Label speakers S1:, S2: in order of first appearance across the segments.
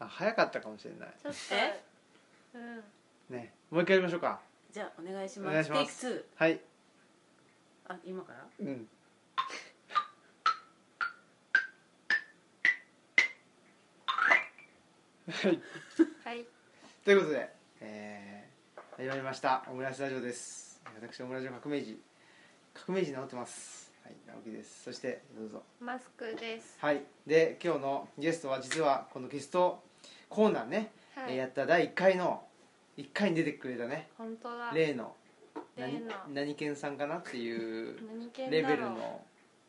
S1: あ早かったかもしれない
S2: ちょっ
S3: え
S2: とうん
S1: ねもう一回やりましょうか
S3: じゃあお願いします
S1: お願いします
S3: テイク
S1: はい
S3: 2あ今から
S1: うんはい
S2: はい
S1: ということで、えー、始まりましたオムライスラジオです私オムラジオ革命児革命児名乗ってますはい直樹ですそしてどうぞ
S2: マスクです
S1: はいで今日のゲストは実はこのゲストコーナーね、
S2: は
S1: えーや
S2: い
S1: った第1回の1回に出てくれたね
S2: 本当だ
S1: 例の
S2: 例の
S1: 何何県さんかなっていう
S2: 何系
S1: レ
S2: だ
S1: ベル
S2: ろう
S1: の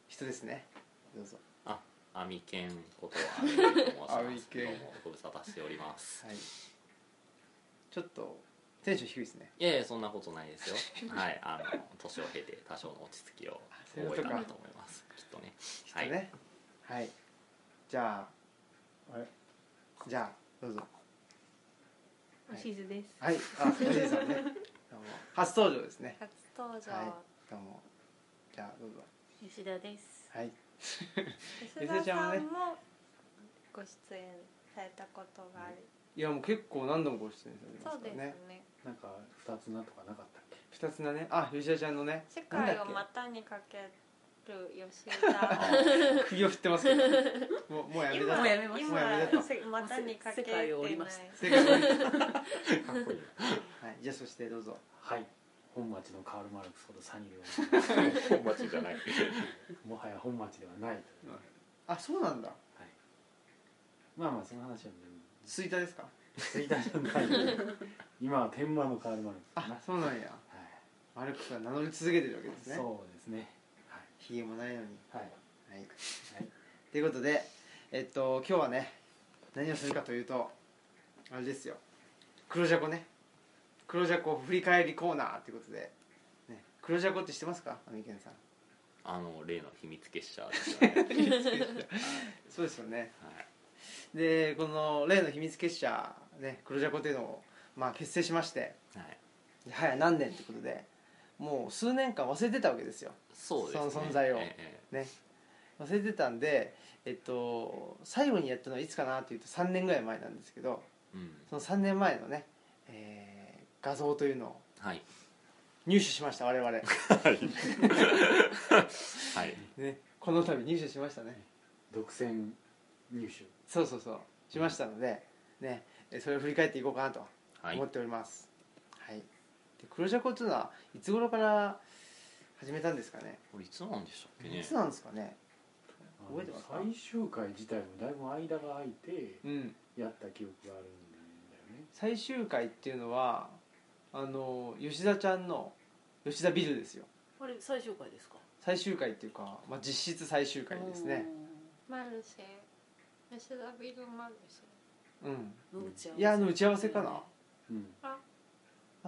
S1: 人ですねどうぞ
S4: あ、アミケンことアミケンと申します。
S1: アミケン
S4: どうもご無沙汰しております。
S1: はいちょっとテンション低いですね
S4: いやいやそんなことないで すよ。はい、あの年を経て多少の落ち着きを
S1: そういうこ
S4: 覚
S1: と
S4: え
S1: か
S4: たなと思います。きっとね。
S1: きっと
S4: はい。
S1: ねはい、じゃああれじゃあどうぞ
S3: おしずです
S1: はいあっ藤井さんねどうも初登場ですね
S2: 初登場、
S1: はいどうもじゃあどうぞ
S3: 吉田です
S1: はい
S2: 吉田さんもご出演されたことがある、
S1: いやもう結構何度もご出演されてま
S2: そう
S1: すか
S2: で
S1: ら
S2: す
S1: ね
S2: ね
S5: なんか二つなとかなかったっけ
S1: 二つなねあ吉田ちゃんのね
S2: 世界を股にかける吉田
S1: 首を振ってますけどもうもうやめだ
S2: 今
S3: もうやめました
S1: もうやめだと
S2: 今股にかけてな
S3: 世界を折
S2: い
S3: りました
S1: 正解です
S4: かっこいい。
S1: はいじゃあそしてどうぞ
S5: はい本町のカール・マルクスほどサニーで は
S4: 本町じゃない。
S5: ないもはや本町ではないという、
S1: うんあそうなんだ
S5: はい、まあまあその話は
S1: ツイッターですか
S5: ツイッターじゃないよ 今は天満のカール・マルクスかな、
S1: あ
S5: は
S1: そうなんやマルクスは名乗り続けてるわけで
S5: い、
S1: すね
S5: そうですねは
S1: ひげもないのに
S5: い、はい
S1: はいということでえっと今日はね何をするかというとあれですよ黒ジャコね黒ジャコ振り返りコーナーということで、ね、黒ジャコって知ってますかアミケンさん
S4: あの例の秘密結社ですよね。
S1: そうですよね
S4: はい。
S1: でこの例の秘密結社ね黒ジャコっていうのを、まあ、結成しまして
S4: はい。
S1: はい何年ってことでもう数年間忘れてたわけですよ
S4: そうですね。
S1: その存在を
S4: ええ
S1: ね忘れてたんでえっと最後にやったのはいつかなっていうと3年ぐらい前なんですけど
S4: ええうん。
S1: その3年前のね、えー画像というのを
S4: はい。
S1: 入手しました我 々
S4: はい。
S1: ねこの度入手しましたね
S5: 独占入手
S1: そうそうそうしましたのでねえそれを振り返っていこうかなと
S4: はい
S1: 思っ。ておりますはい、で黒ジャコっていうのはいつ頃から始めたんですかね
S4: これいつなんでしたっけ
S1: い
S4: ね
S1: つ。なんですかね
S5: あの
S1: 覚えてますか
S5: 最終回自体もだいぶ間が空いて
S1: うん
S5: やった記憶があるんだよね
S1: 最終回っていうのはあの吉田ちゃんの吉田ビルですよ
S3: これ最終回ですか
S1: 最終回っていうか、まあ、実質最終回ですね
S2: マルシェ吉田ビルマルシ
S1: うん
S3: うんの打ち合わせ
S1: いやあの打ち合わせかな
S5: うん
S1: あ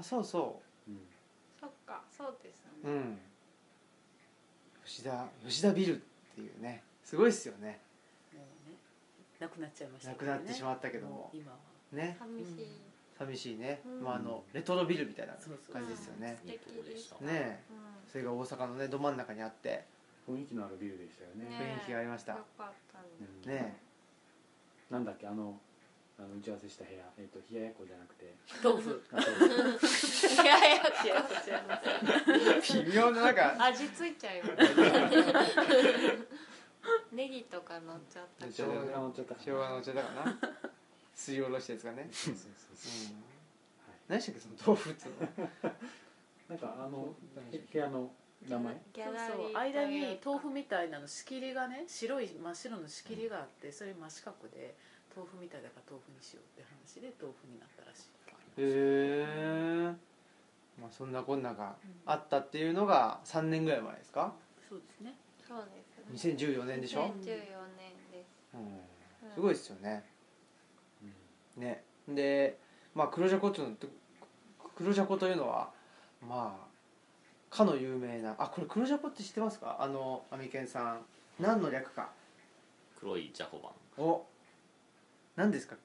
S1: そうそ
S5: うん
S2: ェそっかそうです
S1: う
S2: ね、
S1: うん吉田吉田ビルっていうねすごいっすよね
S3: もうねなくなっちゃいました
S1: な
S3: け
S1: く
S3: どね
S1: なってしまったけども
S3: もう今は
S1: ね
S2: 寂しい、
S1: 寂しいね、
S2: うん
S1: まあ、あのレトロビルみたいな
S3: そうそう
S1: 感じですよね
S2: 素敵でした
S1: ね
S2: う
S1: それが大阪のねど真ん中にあって
S5: 雰囲気のあるビルでしたよ
S2: ん
S5: ね
S1: 雰囲気がありました
S2: よかったね
S5: うん
S1: ね
S5: なんだっけあのあの打ち合わせした部屋えっ、と冷ややっこじゃなくて
S3: 豆腐
S5: あ と
S2: いやいや
S3: 違 う
S1: 微妙ななんか
S2: 味ついちゃいますネギとか乗っちゃった
S5: 生姜が乗っちゃった
S1: 生姜のお茶だからなすりおろしたやつがね、
S5: そうそうそ
S1: う
S5: うそ
S1: ん、
S5: う、はい、
S1: 何でしたっけその豆腐っていうの
S5: なんかあの
S1: 何で
S5: へ
S1: したっ
S5: 部屋の名前
S2: ギ
S3: そ
S2: ャ
S3: う
S2: ラリー
S3: そう間に豆腐みたいなの仕切りがね白い真っ白の仕切りがあってそれ真四角で豆腐みたいだから豆腐にしようって話で豆腐になったらしい
S1: けへえまあそんなこんながあったっていうのが3年ぐらい前ですか
S3: そうですね
S2: そうですね
S1: 2014年でし
S2: 2014
S1: ょ、
S2: 年です
S1: うん、すごいですよね
S5: うん
S1: ねでまあ黒ジャコっていうのって黒ジャコというのはまあかの有名なあこれ黒ジャコって知ってますかあのアミケンさん何の略か
S4: 黒いジャコバン。
S1: お何ですか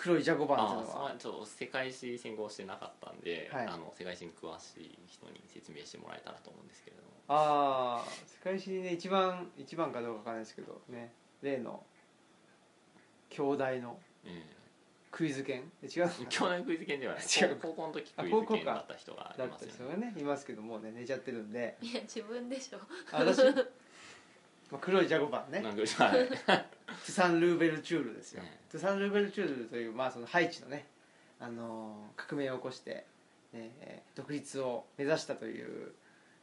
S1: 黒いジャコバンって
S4: あ
S1: いう
S4: そ
S1: の
S4: こは
S1: は
S4: ちょっと世界史専攻してなかったんで、
S1: はい
S4: あの世界史に詳しい人に説明してもらえたらと思うんですけれども
S1: ああ世界史にね一番一番かどうかわからないですけどね例の兄弟の
S4: うん
S1: クイズ犬え違うの
S4: 去年クイズ犬ではな い
S1: 違う
S4: 高高校の時
S1: あ
S4: クイ
S1: 高
S4: ズ
S1: 校か
S4: 犬だった人がい
S1: だっ
S4: ま
S1: た
S4: す
S1: り
S4: よ
S1: する
S4: ね
S1: がねいますけどもうね寝ちゃってるんで
S2: いや自分でしょ
S1: あ私、まあ、黒いジャゴバンね
S4: なんかはい
S1: トゥサン・ルーベルチュールですよ、
S4: ね
S1: トゥサン・ルーベルチュールという、まあ、そのハイチのね、あのー革命を起こして、ねえー独立を目指したという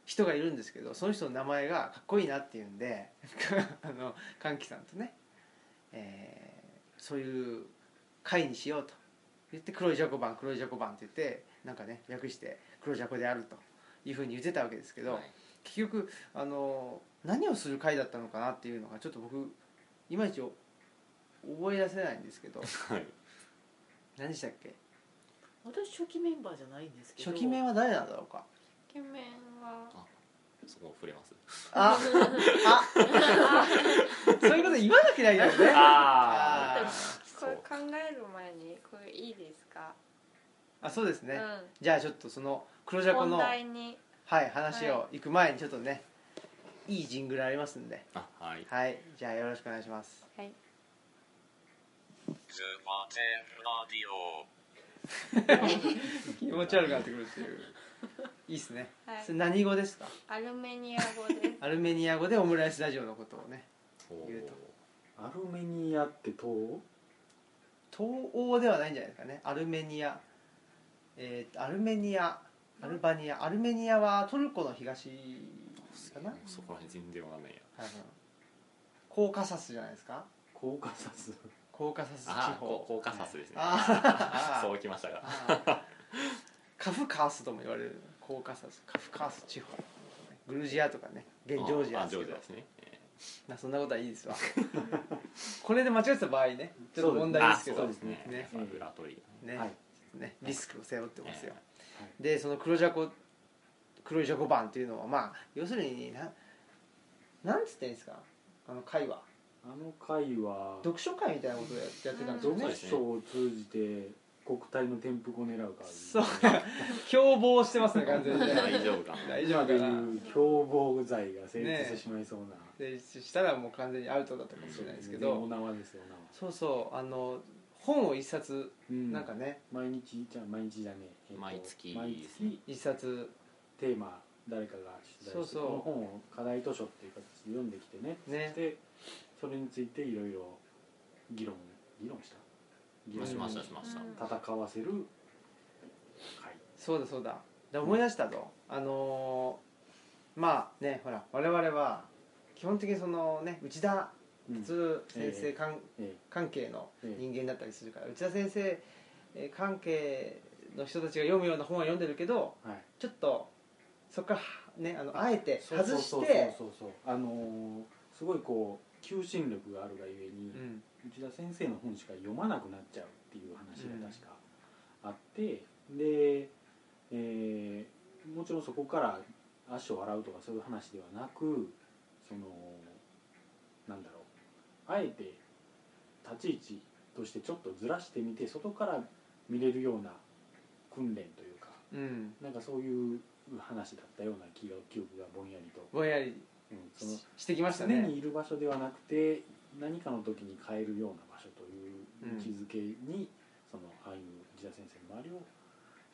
S1: 人がいるんですけどその人の名前がかっこいいなっていうんで あの歓喜さんとね、えーそういう会にしようと言って黒いジャコバン黒いジャコバンって言ってなんかね略して黒ジャコであるというふうに言ってたわけですけど、
S4: はい
S1: 結局あの何をする会だったのかなっていうのがちょっと僕いまいちお覚え出せないんですけど
S4: はい
S1: 何でしたっけ
S3: 私初期メンバーじゃないんですけど
S1: 初期名は誰なんだろうか
S2: イケメンは
S4: そこ触れます
S1: ああそういうこと言わなきゃいけないんだよね
S4: あ
S1: あー
S2: こ
S4: そ
S2: れ
S4: う
S2: 考える前にこれいいですか、
S1: あそうですね、じゃあちょっとその黒ジ
S2: う
S1: ャ
S2: ん
S1: コ
S2: 本
S1: の、は
S2: 題
S1: い、
S2: に
S1: 話を行く前にちょっとねいいジングルありますんで
S4: あはい
S1: はいじゃあよろしくお願いします
S2: はい
S6: ズバテンラディオ
S1: 気持ち悪くなってくるっていういいっすね、
S2: はい
S1: それ何語ですか
S2: アルメニア語です
S1: アルメニア語でオムライスラジオのことをね
S4: おー
S1: 言うと
S5: アルメニアって東欧
S1: 東欧ではないんじゃないですかねアルメニア、えーとアルメニアアルバニアアルメニアはトルコの東かな
S4: もうそこら辺全然わかんないや
S1: 多分コーカサスじゃないですか
S5: コーカサス
S1: コーカサス地
S4: あー
S1: 方
S4: こうコーカサスですね
S1: あー
S4: そうきましたが
S1: あーカフカースとも言われるコーカサスカフカース地方グルジアとかね現ジョージア
S4: あ
S1: で
S4: ジ
S1: す
S4: ョ
S1: け
S4: ージ
S1: ど
S4: アですねえ
S1: なそんなことはいいですわ これで間違ってた場合ねちょっと問
S4: ー
S1: 題
S4: あ
S1: ですけ
S4: そ
S1: ど
S4: うですね
S1: ね
S4: やっぱグラトリ
S1: ね
S5: はい
S1: ねリスクを背負ってますよ、
S5: えは
S1: でその黒ジャコ黒いジャコ版っていうのはまあ要するにななんつってんですかあの会話
S5: あの会は
S1: 読書会みたいなことをややってたんですよ
S5: 読
S1: ね、
S4: うん
S5: 書を通じて国体の転覆を狙う会
S1: そう 凶暴してますね完 全にね
S4: 大丈夫か な
S1: 大丈
S5: 今
S1: 夫
S5: でい
S1: かな
S5: う共謀罪が成立してしまいそうな、
S1: 成立したらもう完全にアウトだったかもし
S5: そう
S1: れないですけ
S5: ねお
S1: ど
S5: 縄ですよお縄、
S1: そうそうあの本を一冊
S5: うん
S1: なんかね
S5: 毎日じゃ毎日じゃねえ、えっと
S4: 毎月
S5: 毎
S4: ですね
S5: 月
S1: 一冊
S5: テーマ誰かが出題して
S1: そうそう
S5: この本を課題図書っていう形で読んできてね
S1: ね
S5: でそれについていろいろ議論議論した議
S4: しました
S5: し
S4: しました
S2: うん
S5: 戦わせる会
S1: そうだそうだで思い出したと、あのーまあねほら我々は基本的にそのね内田
S5: うん
S1: 哲先生
S5: ええ
S1: 関,、
S5: え
S1: 関係の
S5: ええ
S1: 人間だったりするから内田先生えー関係の人たちが読むような本は読んでるけど
S5: えはい
S1: ちょっとそこからねあのあえて
S5: そう
S1: 外し
S5: そう
S1: て
S5: そうそうそうあのーすごいこう求心力があるがゆえに、
S1: うん
S5: 内田先生の本しか読まなくなっちゃうっていう話が確かあって、で、えーもちろんそこから足を洗うとかそういう話ではなくそのなんだろうあえて立ち位置としてちょっとずらしてみて外から見れるような訓練というか
S1: うん
S5: なんかそういう話だったような記憶記憶がぼんやりと、
S1: ぼんやり
S5: うん、その
S1: ししてきました
S5: 常
S1: ね
S5: にいる場所ではなくて何かの時に変えるような場所という位置づけに、そのああいう内田先生の周りを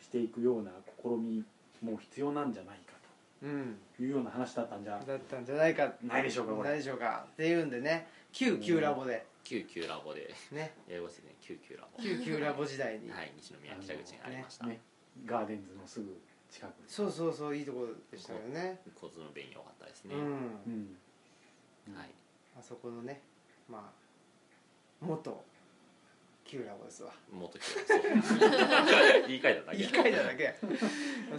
S5: していくような試みも必要なんじゃないか
S1: うん
S5: というような話だったんじゃ
S1: だったんじゃないか
S5: ないでしょうかこれ
S1: ないでしょうかっていうんでね旧旧ラボで
S4: 99ラボで
S1: ね
S4: 英語ですね99ラボ
S1: 旧旧ラボ時代に
S4: はい西宮北口にありました
S5: ねガーデンズのすぐ近く
S1: そうそうそういいところでしたよね
S4: 交通の便良かったですね
S1: うん、
S5: うん、うん
S4: はい
S1: あそこのねまあ元旧ラボですわ
S4: もっとそう言い換えただけ
S1: 言い換えただ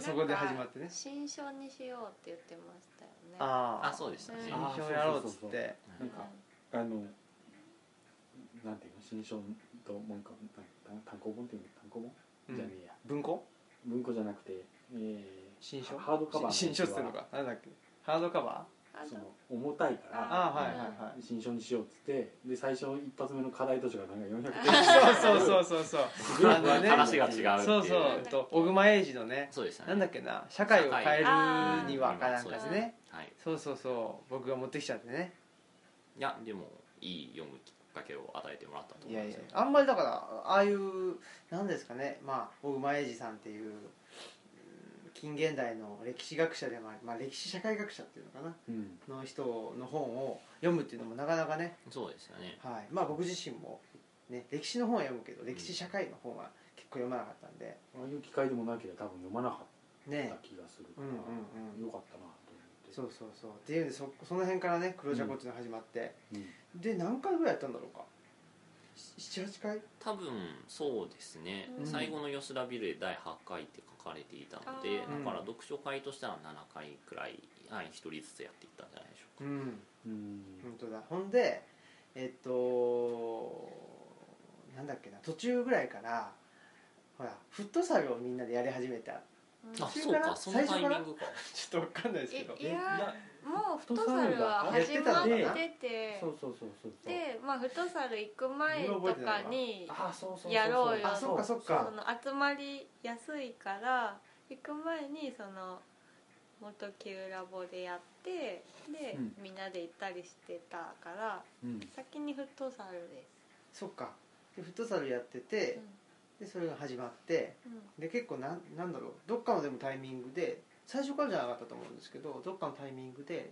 S1: け そこで始まってね
S2: 新書にしようって言ってましたよね
S1: あ
S4: あそうでしたね
S2: うん
S1: 新書やろうっつって
S5: なんかあのなんていうの新書ともう一個単単行本っていうの単行本、
S1: うん
S5: じゃねえや
S1: 文庫
S5: 文庫じゃなくて、えー
S1: 新書
S5: ハードカバーのやつは
S1: 新書っつってのかなんだっけハードカバ
S2: あ
S5: そ
S2: の
S5: の重たいか
S1: ー
S5: ら
S1: ああはいはいはい
S5: 新書にしようっつってで最初一発目の課題図書がなんか 400
S1: そうそうそうそうそう
S5: そう
S1: あのね
S4: 話が違うっていう
S1: そうそうえっと小熊英二のね
S4: そうでしたね
S1: なんだっけな社会を変えるにはかなんかで
S4: そうです
S1: ね
S4: はい
S1: そうそうそう僕が持ってきちゃってね
S4: いやでもいい読むかけを与えてもらったと
S1: い
S4: 思う
S1: や
S4: ん
S1: い
S4: です
S1: や
S4: よ
S1: あんまりだからああいうなんですかねまあ小熊英二さんっていううん近現代の歴史学者でもあり、まあ、歴史社会学者っていうのかな
S5: うん
S1: の人の本を読むっていうのもなかなかね、
S4: そうですよね
S1: はい、まあ僕自身も、ね、歴史の本は読むけど歴史社会の本は結構読まなかったんで
S5: ああいう機会でもなければ多分読まなかった
S1: ね
S5: 気がするか
S1: う
S5: ら、
S1: んうんうん
S5: よかったなと思って
S1: そうそうそうっていうんでそその辺からね黒ジャコっていうのが始まって、
S5: うん
S1: で何回ぐらいやったんだろうか78回
S4: 多分そうですね、
S2: うん
S4: 最後の吉田ビルで第8回って書かれていたので
S2: あ
S1: ー
S4: だから読書会としては7回くらいはい一人ずつやっていったんじゃないでしょうか、
S1: うん
S5: うん
S1: 本当だほんでえっとなんだっけな途中ぐらいからほらフットサルをみんなでやり始めた
S4: あ
S1: 途中
S4: そう
S1: か
S4: からそのタイミン
S1: 最
S4: グか
S1: ちょっとわかんないですけど
S2: いや
S5: いや
S2: もうフットサルは始まっ
S5: やって
S2: て
S5: そうそうそうそうそう
S2: でまあフットサル行く前とかに
S5: あそうそうそうそう
S2: やろうよ
S1: あそっかそっ
S2: そ
S1: か
S2: の集まりやすいから行く前にその元級ラボでやってで、
S5: うん
S2: みんなで行ったりしてたから
S5: うん
S2: 先にフットサルで
S1: そっかでフットサルやって
S2: す
S1: て、でそれが始まって
S2: うん
S1: で結構なんなんだろうどっかのでもタイミングで最初からじゃなかったと思うんですけどどっかのタイミングで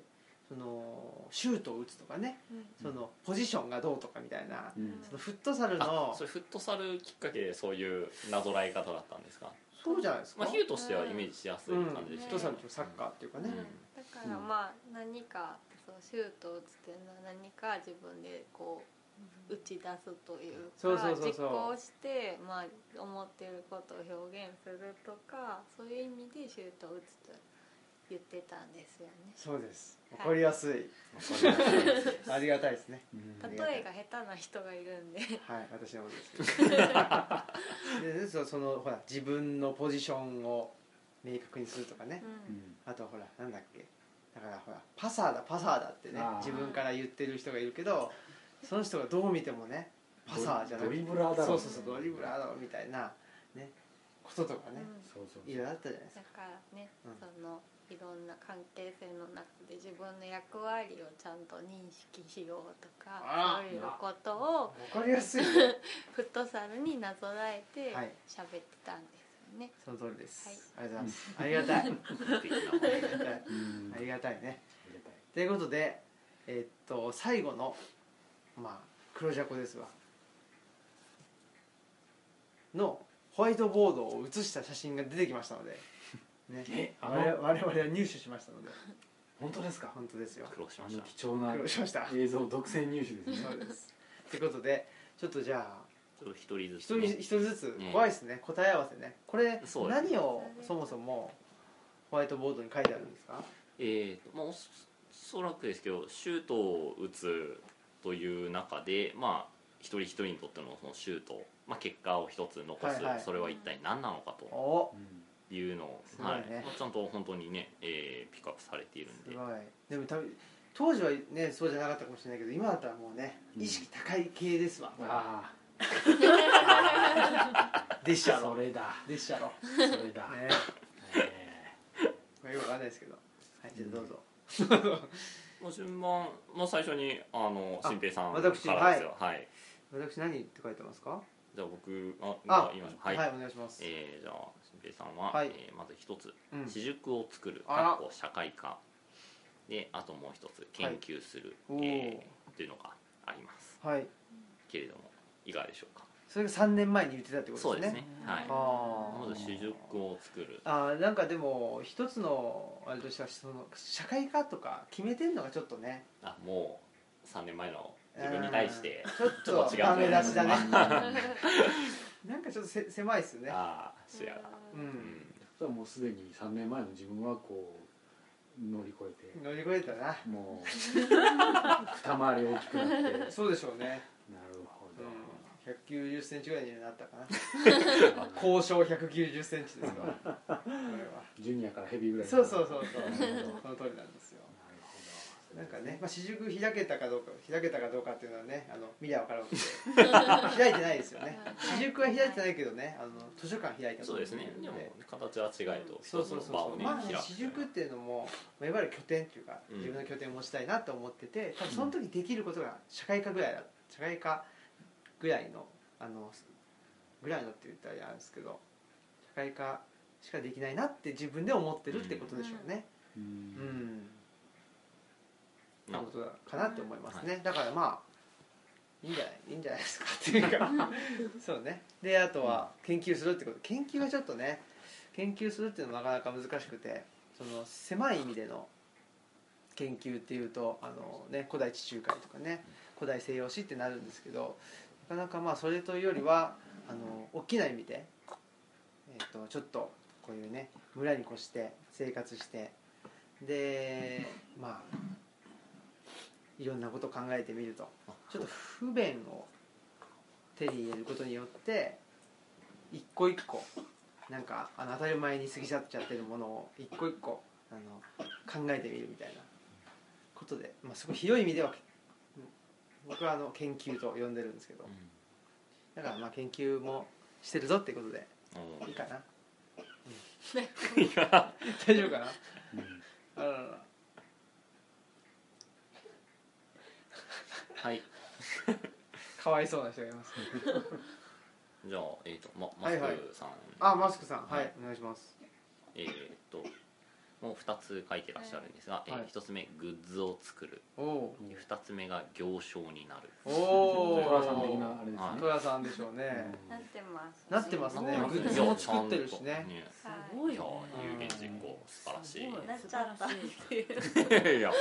S1: そのシュートを打つとかね
S2: うん
S1: そのポジションがどうとかみたいな、
S5: うん
S1: そのフットサル
S4: あ
S1: の
S4: それフットサルきっかけでそういうなぞらえ方だったんですか、
S1: そうじゃないですか、
S4: まあ、比喩としてはイメージしやすい
S1: うん、フ
S4: 感じで
S1: ッ
S4: した
S1: ト
S4: よ
S1: サ
S4: ね
S1: ルとサッカーっていうか
S2: う
S1: ね、
S2: んだからまあ何かそうシュートを打つっていうのは何か自分でこう打ち出すというか
S1: そうそうそうそう
S2: 実行して、まあ、思ってることを表現するとかそういう意味でシュートを打つと言ってたんですよね。
S1: そうです
S2: はい
S1: わかりやすい、
S4: わかります
S1: ありがたいですね
S5: うん
S1: あり
S2: 例えが下手な人がいるんで
S1: はい私のこと ですけどでそそのほら自分のポジションを明確にするとかね
S2: う、
S5: うんん
S1: あとほらなんだっけだからほらパサーだパサーだってね
S5: あー
S1: 自分から言ってる人がいるけどその人がどう見てもねパサーじゃなくて
S5: ドリブラーだろ
S1: そうそうそうドリブラーだろみたいなねこととか
S2: う
S1: ね、
S2: ん
S5: そうそう
S1: いろいろあったじゃないです
S2: だ
S1: か
S2: からね、
S1: うん
S2: そのいろんな関係性の中で自分の役割をちゃんと認識しようとか
S1: あ
S2: そういうことを
S1: わかりやすいね
S2: フットサルになぞらえて
S1: はい
S2: 喋ってたんですよね。
S1: その通りです、ありがとうございますありがた い
S4: 素敵な
S1: ありがたい
S5: うん
S1: ありがたいね
S5: ありがたい
S1: ということで、えっと最後の、まあ、黒ジャコですわのホワイトボードを写した写真が出てきましたの で、ね
S5: え、あの
S1: 我々我々は入手しましたので
S5: 本当ですか
S1: 本当ですよ
S4: 苦労しま
S5: あ
S4: し
S5: の
S4: た
S5: 貴重な
S1: 苦労しました
S5: 映像独占入手ですね
S1: そうですということでちょっとじゃあ
S4: ちょっと一人ず
S1: 一
S4: つ
S1: 人
S4: ね、
S1: 一人ずつ
S4: ね
S1: 怖いですね答え合わせねこれ
S4: そうです
S1: 何をそもそもホワイトボードに書いてあるんですか
S4: えーとまあ、おそおそらくですけどシュートを打つという中で、まあ、一人一人にとってのそのシュート、まあ、結果を一つ残す、
S1: はいはい
S4: それは一体何なのかと
S1: お
S5: うん
S4: いうのを、
S1: すごいね
S4: まあちゃんと本当にね、えーピックアップされているん
S1: す
S4: で
S1: ごいでも多分当時はねそうじゃなかったかもしれないけど今だったらもうね
S5: うん
S1: 意識高い系ですわ、
S5: あ
S1: でし
S5: あ
S1: た
S5: そ
S1: ろ
S5: れだ
S1: でしたろ
S5: それだ
S1: ね
S5: え
S1: まあよくわかんないですけどはいじゃあどうぞ、
S4: まあ、順番、まあ、最初にあの
S1: あ
S4: 新平さんからで
S1: 私
S4: すよはい、
S1: 私何って書いてますか
S4: じゃあ僕あ
S1: あ
S4: 言いましょう
S1: は、
S4: はいい、
S1: お願いします、
S4: えーじゃあ新平さんは、
S1: はい
S4: えーまず一つ
S1: うん
S4: 私塾を作る
S1: あら
S4: かっこ社会科であともう一つ研究する、
S1: おお
S4: え
S1: ー
S4: ーというのがあります
S1: はい
S4: けれどもいかがでしょうか
S1: それが3年前に言ってたってこと
S4: そう
S1: で
S4: ですす
S1: ね
S4: ねはい
S2: あ
S1: あ
S4: まず主軸を作る
S1: あーなんかでも一つのあれとしてはその社会科とか決めてんのがちょっとね
S4: あもう3年前の自分に対して
S1: ちょっ
S4: ちょっ
S1: と
S4: と違う
S1: ダメ出しだね
S2: う
S1: なんかちょっとせ狭いっすよね
S4: ああそや
S1: う
S4: うんん
S5: それはもうすでに3年前の自分はこう乗り越え
S1: 乗り越えたな
S5: てもう二回り大きくなってなる
S1: そうでしょうね
S5: ほ
S1: う
S5: ど、
S1: ん190センチぐらいになったかな高渉190センチですからこ れは
S5: ジュニアからヘビーぐらい
S1: そうそうそう
S5: なる
S1: そう
S5: ほど
S1: その通りなんですよな
S5: なんる
S1: か
S5: ほど
S1: ね、まあ、私塾開けたかどうか開けたかどうかっていうのはねあの見りゃ分かるわけで 開いてないですよね私塾は開いてないけどねあの図書館開いた
S4: そうですねでも形は違えと
S1: そ
S4: 一
S1: う
S4: つ
S1: そう
S4: の
S1: そう
S4: 場
S1: そ
S4: を
S1: う
S4: ね
S1: まあね
S4: 開
S1: 私塾っ
S4: く
S1: ていうのも、まあ、いわゆる拠点っていうか
S4: うん
S1: 自分の拠点を持ちたいなと思ってて多分その時できることが社会科ぐらいだっ社会科ぐらいのあのぐらいのって言ったらあれですけど社会科しかできないなって自分で思ってるってことでしょうね。
S5: う
S1: うんん
S4: な
S1: なこ
S4: るほど
S1: とかなって思いますね、だからまあいいんじゃないいいんじゃないですかっていうか そうねであとは研究するってこと研究はちょっとね研究するっていうのはなかなか難しくてその狭い意味での研究っていうとあの、ね、古代地中海とかね古代西洋史ってなるんですけどなかなかまあそれというよりはあの大きな意味で、えー、とちょっとこういうね村に越して生活してでまあいろんなことを考えてみるとちょっと不便を手に入れることによって一個一個なんかあの当たり前に過ぎ去っちゃってるものを一個一個あの考えてみるみたいなことで、まあ、すごい広い意味では僕はあの研究と呼んでるんですけどだからまあ研究もしてるぞっていうことで
S4: うん
S1: いいかな
S4: うんいや
S1: 大丈夫かな
S5: うん
S1: あららら
S4: はい
S1: かわいそうな人がいますね
S4: じゃあえっ、とまマスクさん、
S1: あマスクさんはいお願いします
S4: えっ、ともう2つ書いてらっしゃるんですが、え
S1: はい
S4: 1つ目グッズを作る
S1: おお
S5: うん
S4: 2つ目が行商になる
S1: お
S5: 寅さん的なあ
S1: お
S5: れですね
S4: はい
S1: 寅さんでしょうね、
S2: なってます
S1: なってますね
S4: なんか
S1: グッズも作ってるしね
S4: いや
S3: すごい
S4: ちゃんとねいや
S3: ね
S4: 有言実行素晴らしい
S3: すごい
S2: なっちゃったっていう
S4: いや立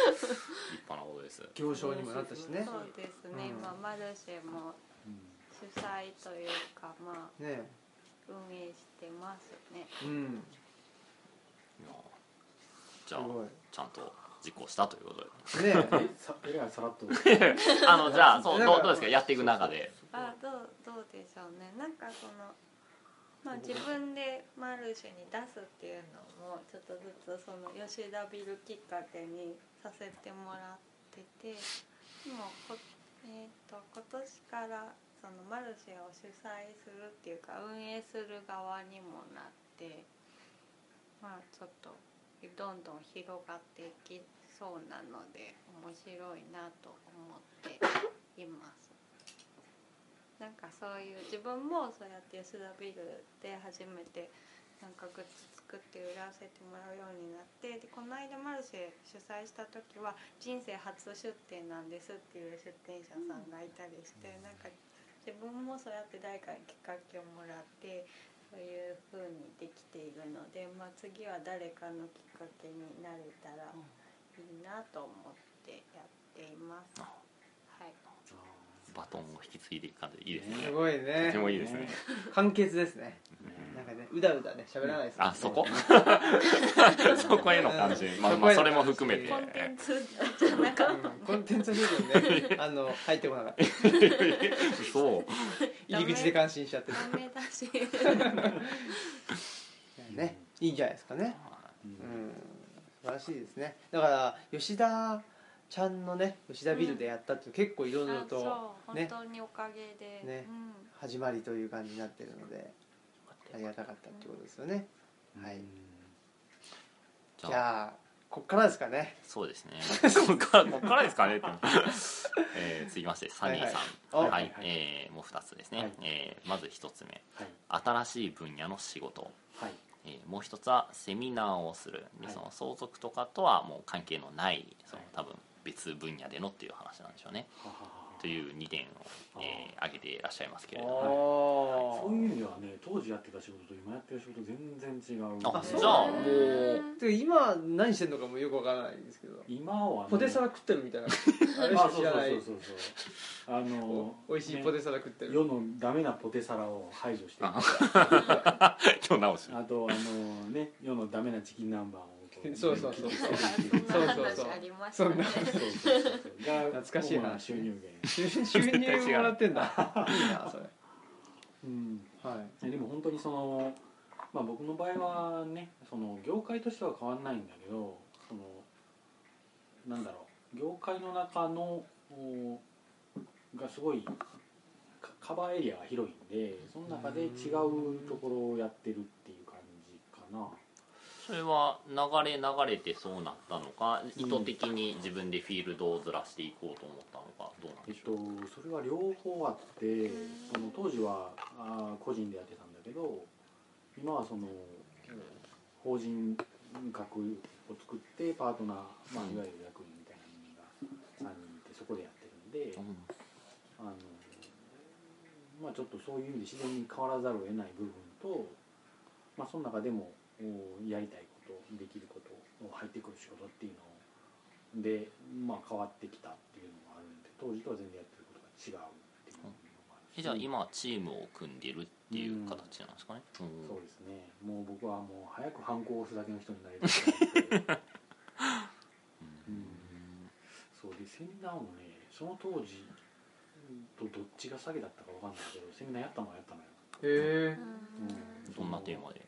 S4: 派なことです
S1: 行商にもなったしね
S2: そうですね、
S1: うん
S2: 今マルシェも主催というかまあ
S1: ね
S2: 運営してますね
S1: うん
S4: いやじ
S1: す
S4: ゃあ
S1: ごい
S4: ちゃんと実行したということで
S1: ね
S5: えさえらいさら っと
S4: あのじゃあそう
S1: だ
S4: ど
S1: か
S4: う
S1: ら
S4: どうですかやっていく中で
S2: あどうどうでしょうねなんかそのまあ自分でマルシェに出すっていうのもちょっとずつその吉田ビルきっかけにさせてもらっててでもこ、えー、と今年からそのマルシェを主催するっていうか運営する側にもなってまあちょっとどんどん広がっていきそうなので面白いなと思っています。なんかそういう自分もそうやって吉田ビルで初めてなんかグッズ作って売らせてもらうようになってでこの間マルシェ主催した時は人生初出店なんですっていう出店者さんがいたりして、なんか自分もそうやって誰かにきっかけをもらってそういう風にできているので、まあ、次は誰かのきっかけになれたらいいなと思ってやっています。
S4: あ
S2: はい
S4: バトンを引き継いでいく感じでいいです
S1: す
S4: ね
S1: ごい
S4: と
S1: ね
S4: てもいいですね
S1: 完結ですね
S5: うん
S1: なんかねうだうだね喋らないですね
S4: あそこ そこへの感じまあまあそれも含めて
S2: コンテンツじゃなかっ
S1: う
S2: た
S1: んコンテンツ部分ねあの入ってこなかっ た
S4: そう
S1: 入り口で感心しちゃってる
S2: ダメだし
S1: ねいいんじゃないですかね
S5: う
S1: うんん素晴らしいですねだから吉田ちゃんのね吉田ビルでやったって結構いろいろ
S2: あそう
S1: と
S2: 本
S1: ね
S2: 当におかげで、
S1: ね
S2: うん、
S1: 始まりという感じになってるのでありがたかったってことですよねはい
S4: じ
S1: じ
S4: ゃあ
S1: ゃあこっからですかね
S4: そうですねこっからこっからですかねって えー続きましてサニーさん
S1: はい
S4: は
S5: はい
S4: い
S5: はい
S4: えーもう2つです
S5: は
S4: ね
S5: い
S4: えーまず1つ目
S5: はい
S4: 新しい分野の仕事
S5: はい
S4: えーもう一つはセミナーをするで
S5: はい
S4: その相続とかとはもう関係のないその
S5: はい
S4: 多分別分野でのっていう話なんでしょうね
S5: ははは
S4: という2点を、えー挙げていらっしゃいますけれども
S1: お
S5: そういう意味ではね当時やってた仕事と今やってる仕事全然違う
S4: あ
S1: あそう
S4: じゃあもう
S1: で今何してんのかもよくわからないんですけど
S5: 今はね
S1: ポテサラ食ってるみたいなあれし
S5: あ
S1: か
S5: そう
S1: 知
S5: そ
S1: ら
S5: う
S1: ない
S5: そうそうそうあの
S1: お美味しい
S5: ね
S1: ポテサラ食って る
S5: 世のダメなポテサラを排除していく
S4: あ 今日直し
S5: あとあのね世のダメなチキン南蛮をこ
S1: そうそうそう
S5: ね
S2: そ
S5: 切り捨てていく
S2: んな
S1: そうそうそう
S2: 話ありました
S1: そ
S2: ね
S1: んな
S5: そうそうそうそうが
S1: 懐かしい話
S5: 主な収入
S1: 収入もらってんだいいなそれ
S5: 源うん
S1: はい
S5: えでも本当にその、まあ、僕の場合はねその業界としては変わんないんだけどそのなんだろう業界の中のおがすごいカカバーエリアが広いんでその中で違うところをやってるっていう感じかな
S4: それは流れ流れてそうなったのか意図的に自分でフィールドをずらしていこうと思ったのかどうなんですか、
S5: えっと、それは両方あって
S2: ん
S5: その当時はあー個人でやってたんだけど今はその法人格を作ってパートナー、まあ、いわゆる役員みたいな人が3人いてそこでやってるんであの、まあ、ちょっとそういう意味で自然に変わらざるを得ない部分と、まあ、その中でもおやりたいことできること入ってくる仕事っていうのをで、まあ、変わってきたっていうのもあるんで当時とは全然やってることが違うっていうのもあるし
S4: えじゃあ今はチームを組んでるっていう形なんですかね、うん
S5: そうですねもう僕はもう早く反抗を押すだけの人になりたいなってうんそうでセミナーもねその当時とどっちが詐欺だったかわかんないけどセミナーやったのはやったのよ
S1: え
S5: うん
S4: そんなテーマで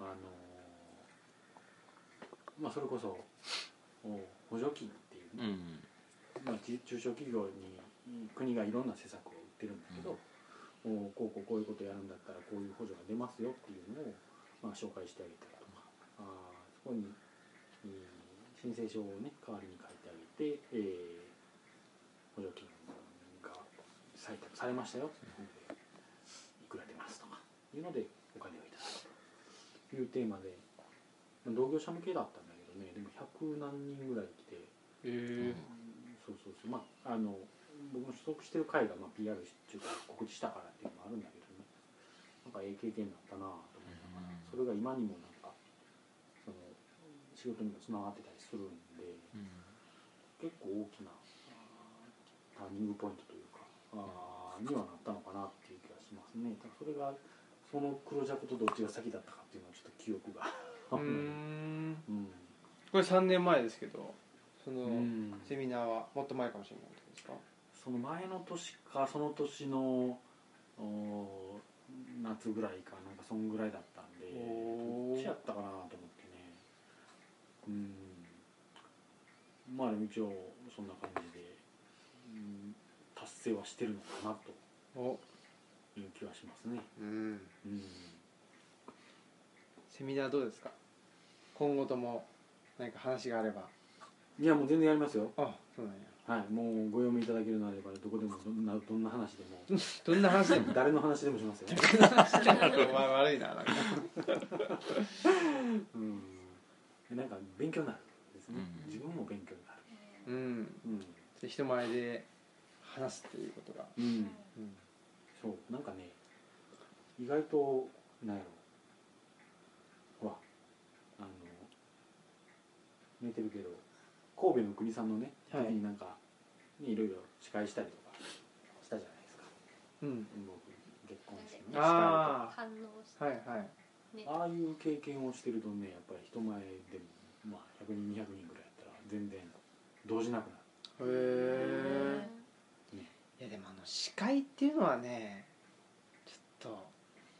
S5: あのーまあそれこそお補助金っていうね、
S4: うん
S5: まあ、じ中小企業に国がいろんな施策を売ってるんだけど、おこうこうこういうことやるんだったらこういう補助が出ますよっていうのを、まあ、紹介してあげたりとかあーそこに、えー申請書をね代わりに書いてあげて、えー補助金が採択されましたよっていうのでいくら出ますとかいうのでお金をいただくというテーマで、まあ同業者向けだったんだけどねでも100何人ぐらい来て。
S1: ええ
S5: そうそうそうまああの僕の所属してる会が、まあ、PR っていうか告知したからっていうのもあるんだけどねなんかええ経験だったなぁと思いながら、
S4: うん
S5: それが今にもなんかその仕事にもつながってたりするんで
S4: うん
S5: 結構大きなあーターニングポイントというかあーにはなったのかなっていう気がしますねただそれがその黒ジャクとどっちが先だったかっていうのはちょっと記憶が
S1: うーん
S5: うん、
S1: これ3年前ですけどその、
S5: うん
S1: セミナーはもっと前かもしれないってことですか
S5: その前の年かその年のおー夏ぐらいかなんかそんぐらいだったんで
S1: おー
S5: どっちやったかなと思ってねうんまあでも一応そんな感じで、うん、達成はしてるのかなと
S1: お
S5: いう気はしますね
S1: うん
S5: うん
S1: セミナーどうですか今後とも何か話があれば
S5: いやもう全然やりますよ
S1: あそうなんや
S5: はいもうご読みいただけるなればどこでもどんなどんな話でも
S1: どんな話でも
S5: 誰の話でもしますよ
S1: お前悪いななんか
S5: うんでなんか勉強になるですね、
S4: うん
S5: 自分も勉強になる
S1: うん
S5: うん、
S1: で人前で話すっていうことが、
S5: うん、
S1: うん、
S5: そうなんかね意外となんやろほらあの寝てるけど神戸の国さんのね、
S1: はい
S5: 時になんか、ね、いろいろ司会したりとかしたじゃないですか
S1: うん、
S5: 僕結婚式のね司会とか
S1: あ
S2: 反応し
S1: あはいはい
S2: ね
S5: ああいう経験をしてるとねやっぱり人前でも、まあ、100人200人ぐらいやったら全然動じなくなる
S1: へえいやでもあの司会っていうのはねちょっと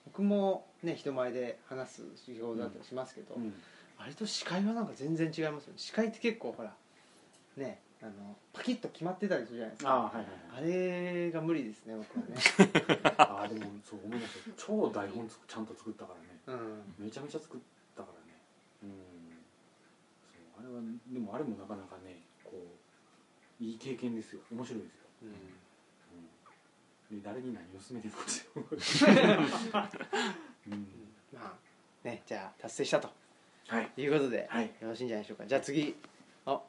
S1: 僕もね人前で話す仕事だったりしますけど、
S5: うん
S1: あれと司会はなんか全然違いますよね司会って結構ほらねあのパキッと決まってたりするじゃないです
S5: ああ
S1: か
S5: はいはいはい
S1: あれが無理ですね僕はね
S5: ああでもそう思い出した超台本つくちゃんと作ったからね
S1: うん
S5: めちゃめちゃ作ったからねうんそうあれはでもあれもなかなかねこういい経験ですよ面白いですよ、
S1: う
S5: うん、で誰に何を勧めてるかっていう、うん、
S1: んまあねじゃあ達成したと
S5: はい
S1: いうことで、
S5: はい
S1: よろしいんじゃないでしょうかじゃあ次あ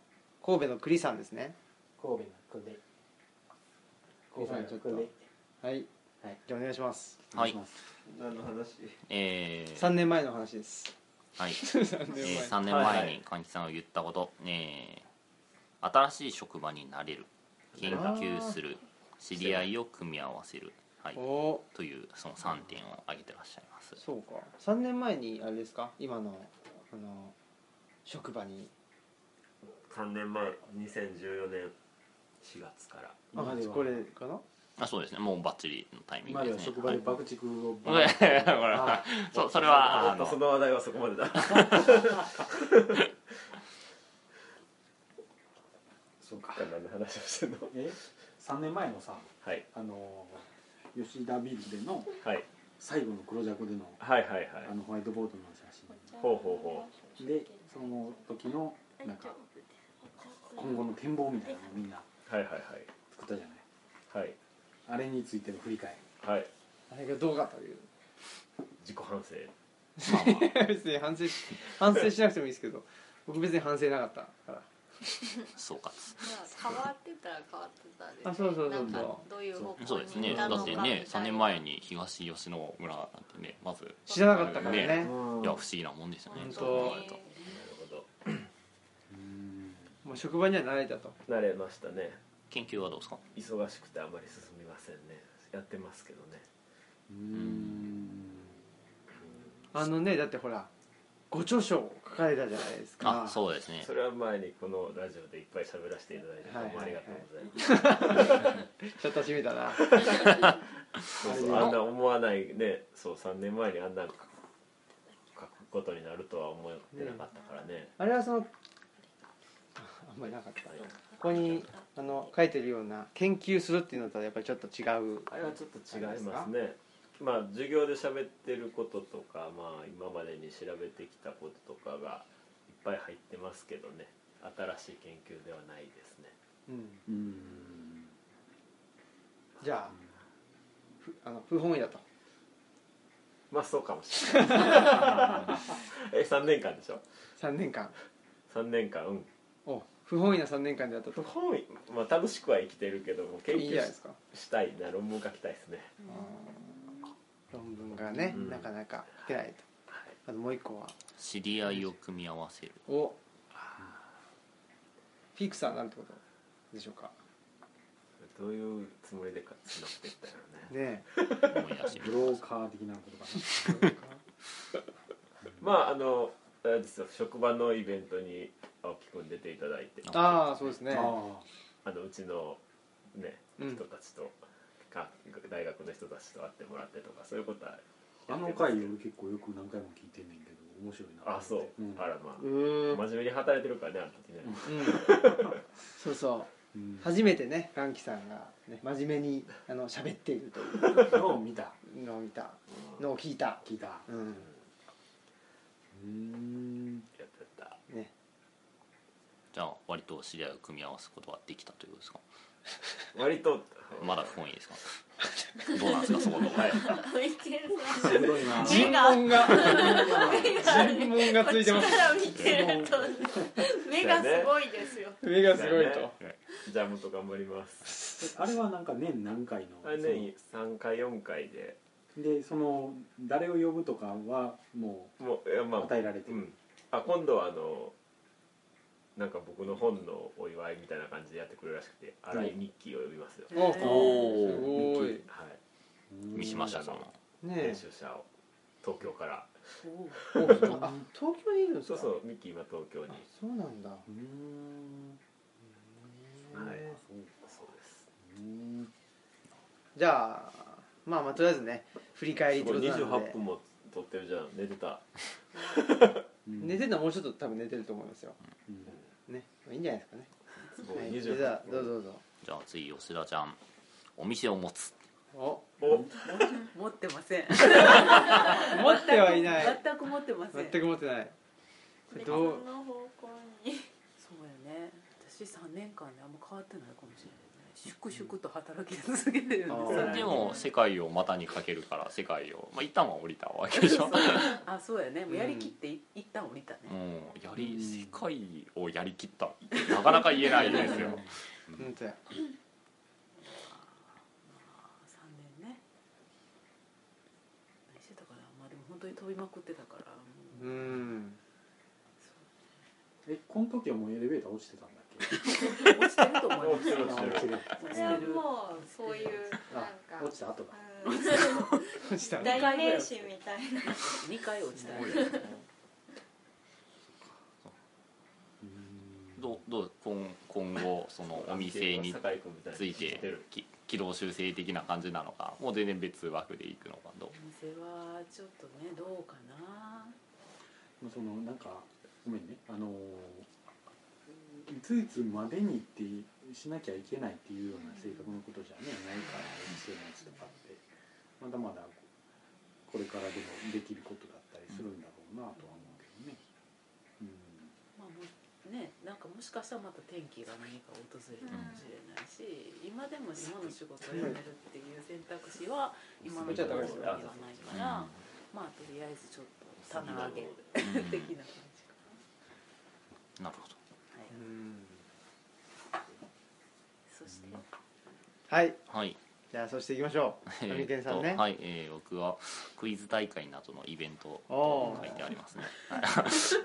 S1: 神戸の栗さんですね
S5: 神戸のくで
S1: 栗さんちょっとはい、
S5: はい
S1: じゃあお願いします
S5: お願いします
S7: 何の話
S4: えー
S1: 3年前の話です
S4: はい
S1: 3
S4: え
S1: 年
S4: ー、
S1: 前
S4: 3年前に柑樹さんが言ったこと、えー新しい職場になれる研究する知り合いを組み合わせる、はい
S1: お、お
S4: というその3点を挙げてらっしゃいます
S1: そうか3年前にあれですか今のあの職場に
S7: 3年前2014年4月から
S5: 今
S1: あ
S5: では
S1: これかな
S4: あそうですねもうバッチリのタイミン
S5: 今
S4: グ
S5: で
S4: で
S5: は
S4: すね
S5: 職場で
S4: はい
S5: 爆竹を
S4: ごめん ほら
S5: あ
S4: そうそれはあ
S7: あ
S4: の
S7: その話題はそこまでだ
S5: そうか
S7: 何の話をしてんの
S5: え3年前のさ
S7: はい
S5: あの吉田ビールでの
S7: はい
S5: 最後の黒ジャコでの
S7: はいはいはい
S5: あのホワイトボードの写
S7: ほうほうほ
S5: 真でその時のなんか今後の展望みたいなのをみんな
S7: はいはいはい
S5: 作ったじゃない
S7: はい
S5: あれについての振り返
S7: はい
S1: あれがどうかという
S7: 自己反省
S5: り、まあま あ
S1: 別に反省し反省しなくてもいいですけど僕別に反省なかったから
S4: 総括
S2: 変わってたら変わってたで
S1: あそうそうそうそう
S2: なんかどういう方
S4: そ
S2: 向
S4: うです
S2: に
S4: ね
S2: いた
S4: だ
S2: の
S4: っ
S2: か
S4: て
S2: み
S4: ね
S2: た
S4: 3
S2: い
S4: 年
S2: な
S4: 前に東吉野村なんてねまず
S1: 知らなかったからね
S4: ね
S5: うん
S4: いや不思議なもんですよね
S1: 本当
S4: そう考えると
S7: なるほど
S5: うん
S1: もう職場には慣れたと
S7: 慣れましたね
S4: 研究はどうですか
S7: 忙しくてあまり進みませんねやってますけどね
S5: うん
S1: あのねだってほらご著書を書かれたじゃないですか
S4: あそうですね
S7: それは前にこのラジオでいっぱい喋らせていただいてどうもありがとうございます
S1: ちょっと閉めたな
S7: そうそうあんな思わないねそう3年前にあんな書くことになるとは思ってなかったからね、
S1: あれはそのああんまりなかった
S7: はい
S1: ここにあの書いてるような研究するっていうのとはやっぱりちょっと違う
S7: あれはちょっと違いますねまあ授業で喋ってることとか、まあ、今までに調べてきたこととかがいっぱい入ってますけどね新しい研究ではないですね
S1: うん、
S5: うん
S1: じゃあふあの不本意だと
S7: まあそうかもしれない え3年間でしょ
S1: 3年間
S7: 3年間うん
S1: お不本意な3年間であったとこ
S7: 本位まあ楽しくは生きてるけども研
S1: いいじゃな
S7: 究
S1: い
S7: し
S1: ですか
S7: したいな論文書きたいですね
S1: 論文がね、
S7: うん
S1: なかなか書けないと
S7: はい
S1: あともう一個は
S4: 知り合いを組み合わせる
S1: おフィクサーなんてことでしょうか
S7: どういうつもりでか繋っていったよね
S1: ね
S4: 思い出してみ
S5: ブ
S4: る
S5: ローカー的なことか
S7: まああのあれですよ職場のイベントに青木くん出ていただいて
S1: えああそうです
S5: な、
S1: ね
S5: あ
S7: あのうちのね
S1: うん
S7: 人たちと、か大学の人たちと会ってもらってとかそういうことは
S5: ああの回俺結構よく何回も聞いてんねんけど面白いなと思っ
S7: あ
S5: て
S7: そう、
S5: ん
S7: あらま
S1: う
S7: あ
S1: ーん、うん、
S7: 真面目に働いてるからねあの時ね、
S1: そうそう
S5: うん
S1: 初めてねガンキさんが、ね、真面目にあの喋っているとい
S5: のを見た
S1: うのを見たのを聞いた、
S5: 聞いた
S1: うん
S5: うん
S7: やってた
S1: ね、
S4: じゃあ割と知り合いを組み合わすことはできたということですか
S7: 割と
S4: まだ不本意ですかどうなんですかそこのはい
S2: いける
S5: しんどいな
S1: 尋問が尋問がついてま
S2: こっ
S1: す
S2: ちから見てると目がすごいですよ
S1: 目 がすごい
S7: だよ
S1: と
S7: ねじゃあもっと頑張ります
S5: あれはなんか年何回の
S7: あれね3回4回で
S5: そのでその誰を呼ぶとかはも
S7: もういや
S5: う
S7: まあ
S5: 与えられて
S7: う
S5: る、
S7: ん、あ今度はあのなんか僕の本のお祝いみたいな感じでやってくれるらしくて荒井ミッキーを呼びますよ、
S1: お
S4: おー
S1: すごい
S7: はい、
S5: うん
S4: 三島社さんの
S1: ね
S7: 編集者を東京から
S1: えおそうあ東京にいるんです
S7: そ
S1: か
S7: うそうミッキー今東京に
S1: あそうなんだ
S5: うん
S7: はい
S1: へー
S5: そう
S7: そうです
S5: うん
S1: じゃあまあまあとりあえずね振り返り
S7: す
S1: ってこ
S7: ごい
S1: となんで
S7: 28分も撮ってるじゃん寝てた
S5: うん
S1: 寝てるのはもうちょっと多分寝てると思いますよ
S5: うん
S1: ねいいんじゃないですかね
S7: すごい
S1: はいじ
S7: 28
S1: ゃあどうぞ
S7: 分
S1: どうぞ
S4: じゃあ次吉田ちゃんお店を持つ
S1: お
S7: お
S3: 持ってません
S1: 持ってはいない
S3: 全く持ってません
S1: 全く持ってないこれ
S2: 別
S1: どう
S2: の方向に
S3: そうやね私3年間であんま変わってないかもしれない粛々と働き続けてるん
S1: あ
S3: です
S1: ー
S4: でも世界を股にかけるから世界をまあ一旦は降りたわけで しょ、
S3: あそうやねもうやりきってい一旦降りたね、
S4: うん、やり
S5: うん
S4: 世界をやりきったってなかなか言えないですよ
S1: 本当や
S3: 三年ね何してたかなまあでも本当に飛びまくってたからもう
S1: うーん
S3: そ
S5: えこの時はもうエレベーター落ちてたんだっ
S3: う
S5: け
S3: 落ちてると思いま
S7: 落ち
S3: す
S7: てる落ちてる
S5: 落ちてる
S2: それはもうそういうなんか
S5: 落ちた後だ
S1: 落ちた
S2: うん
S1: ね
S2: 代名詞みたいな
S3: 2回落ちた
S5: うん
S4: どうどう今今後そのお店に
S7: 酒井君みたいに
S4: つい
S7: 知って
S4: て
S7: る
S4: き軌道修正的な感じなのかもう全然別枠でいくのかどう
S3: お店はちょっとねどうかな
S5: そのなんかごめんねあのいついつまでにってしなきゃいけないっていうような性格のことじゃねないからお店のやつとかってまだまだこれからでもできることだったりするんだろうなとは思うけどね。うん
S3: まあもうねなんかももしかしたらまた転機が何か訪れるかもしれないし、今でも今の仕事を辞めるっていう選択肢は今のところにはないから、まあとりあえずちょっと棚上げ
S4: うん
S3: 的な感じか
S4: なるほど
S3: な、はい、そして
S1: はい
S4: はい
S1: じゃあそしていきましょう
S4: え
S1: 神
S4: ー
S1: 健
S4: っ
S1: さん
S4: と
S1: ね、
S4: はい、えー僕はクイズ大会などのイベント
S1: お
S4: と
S1: ー
S4: 書いてありますね。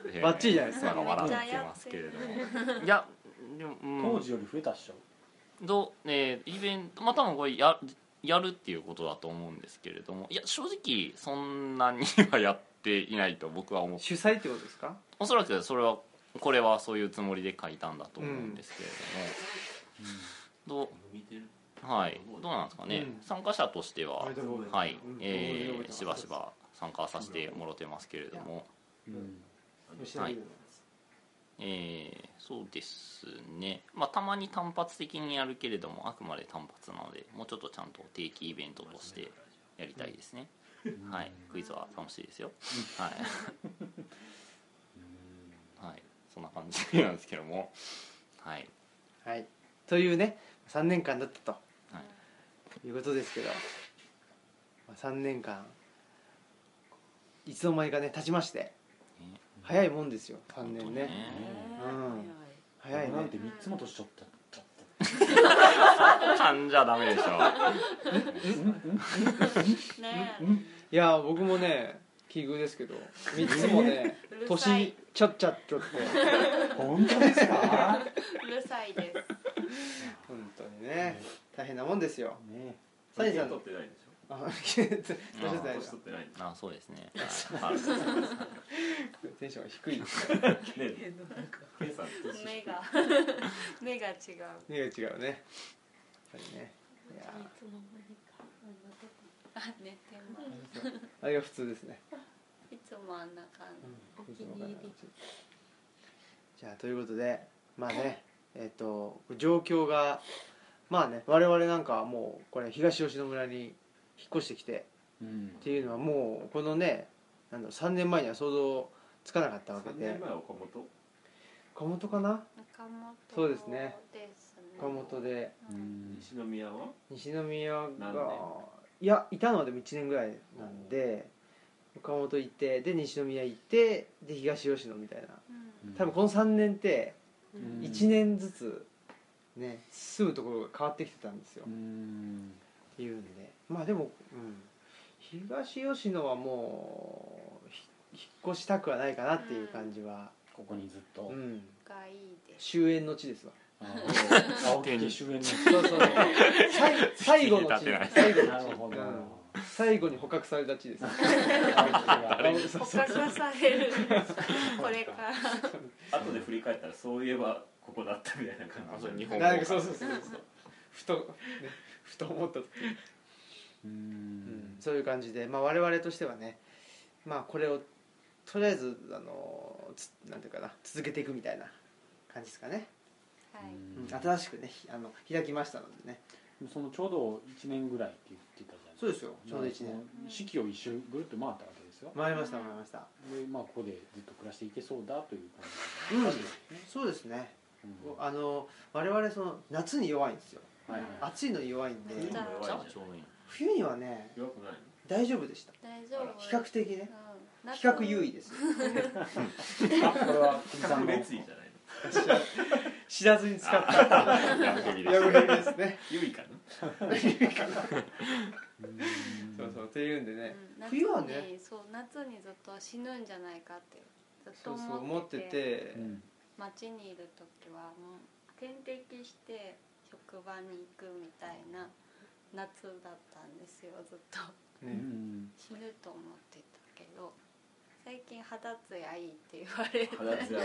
S4: はい
S1: バッチリじゃないですか
S4: えーなんか笑ってますけれども。いや、でも、うん、
S5: 当時より増えたっしょ
S4: どうねイベントまあ多分これややるっていうことだと思うんですけれどもいや正直そんなにはやっていないと僕は思う
S1: 主催ってことですか
S4: おそらくそれはこれはそういうつもりで書いたんだと思うんですけれども、どうはいどうなんですかね、
S1: うん
S4: 参加者としては
S1: 割と覚えてる
S4: はい、
S1: うん
S4: え
S1: 覚えてま
S4: ー
S1: す
S4: しばしば参加させてもろてますけれども、
S5: うん
S1: 吉田ビルの
S4: えーそうですね、まあ、たまに単発的にやるけれどもあくまで単発なのでもうちょっとちゃんと定期イベントとしてやりたいですね、はい、クイズは楽しいですよ、はいはい、そんな感じなんですけどもはい
S1: はいというね3年間だったと、、
S4: はい
S1: うことですけど、まあ、3年間いつの間にかね経ちまして
S4: ね
S1: 早いもんですよ3
S4: 本当
S1: 年
S4: に
S1: ね
S3: 早い
S1: 早いね
S5: なんて3つも年取った
S4: 噛んじゃダメでしょ
S2: ねえ
S1: いやー僕もね奇遇ですけど3つもね
S2: うるさい
S1: 年ちゃっちゃっちゃって
S5: 本当ですか
S2: うるさいです
S1: 本当にね大変なもんですよ
S5: ね
S1: サニーさん
S7: 取ってないんでしょ
S1: あちょっと大丈夫大
S7: 年
S1: 丈
S7: 取ってないんで
S4: あそうですね はい
S1: 夫テンションが低い
S7: すね
S3: けどなんか
S7: ケンさん年下
S2: 目が目が違う
S1: ね違うねやっぱりねいやー
S2: つの間にかあ寝てます
S1: あれが普通ですね
S2: いつもあんな感
S1: お
S2: 気に入り
S1: じゃあということでまあねえっ、と状況がまあね我々なんかはもうこれ東吉野村に引っ越してきて
S5: うん
S1: っていうのはもうこのねなんだろう3年前には想像つかなかったわけ
S7: 3
S1: で
S7: 年前は岡本
S1: 岡本かな
S2: じ中本
S1: そうですね
S2: ですね
S1: 岡本で
S5: うん
S7: 西宮は
S1: 西宮が
S7: 何年
S1: いやいたのはでも1年ぐらいなんで岡本行ってで西宮行ってで東吉野みたいな
S2: うん
S1: 多分この3年って
S5: うん
S1: 1年ずつね住むところが変わってきてたんですよ
S5: うん
S1: っていうんでまあでも、うん、東吉野はもうひ引っ越したくはないかなっていう感じは、
S5: ここにずっと、
S1: うん
S2: がいいです
S1: 終焉の地ですわ
S5: あ ー青木家主演の
S1: そうそう 最最後の地
S4: 立てない
S1: 最後
S5: な
S1: の
S5: る
S1: 地
S5: ほど、
S1: うん最後に捕獲された地 です
S5: 誰
S1: そう
S2: 捕
S1: そう
S2: 獲されるこれから
S7: 後で振り返ったらそういえばここだったみたいな感
S4: あ
S7: じ
S4: そう日本
S1: なんかそうそうそうそうふと、ね、ふと思った時う
S5: う
S1: ん
S5: ん
S1: そういう感じで、まあ、我々としてはね、まあ、これをとりあえずあのつなんていうかな続けていくみたいな感じですかね、
S2: はい
S1: 新しくねひあの開きましたのでね
S5: そのちょうど一年ぐらいって言ってたじゃない
S1: そうですよ
S5: す
S1: ちょうど1年
S5: 四季を一周ぐるっと回ったわけですよ
S1: 回りました回りました
S5: でまあここでずっと暮らしていけそうだという
S1: う
S5: 感
S1: ん
S5: じですね、
S1: そうですね
S5: うん
S1: あの我々その夏に弱いんですよ
S5: はいはい
S1: 暑いのに弱いんで
S2: うん
S4: じゃあちょうどいい
S1: 冬にはね
S7: 弱くない
S1: 大丈夫でした
S2: 大丈夫
S1: 比較的ね
S2: うん
S1: 比較優位 です
S5: あこれは久々
S7: の
S5: の
S7: 別位じゃないの
S1: 知らずに使った
S4: やぶ蛇で
S1: や
S4: す
S1: ぶへびですね
S7: 優位かな
S5: うん
S1: そうそうっていうんでね
S2: うん
S1: 冬はね
S2: 夏にそう夏にずっと死ぬんじゃないかってずっと
S1: そうそう
S2: 思
S1: 思
S2: っ
S1: って
S2: てて
S1: て
S5: うん
S2: 街にいる時はもう点滴して職場に行くみたいな夏だったんですよずっと
S5: う
S1: ね
S5: ん
S2: 死ぬと思ってたけど最近肌ツヤいいって言われて
S7: 肌ツヤ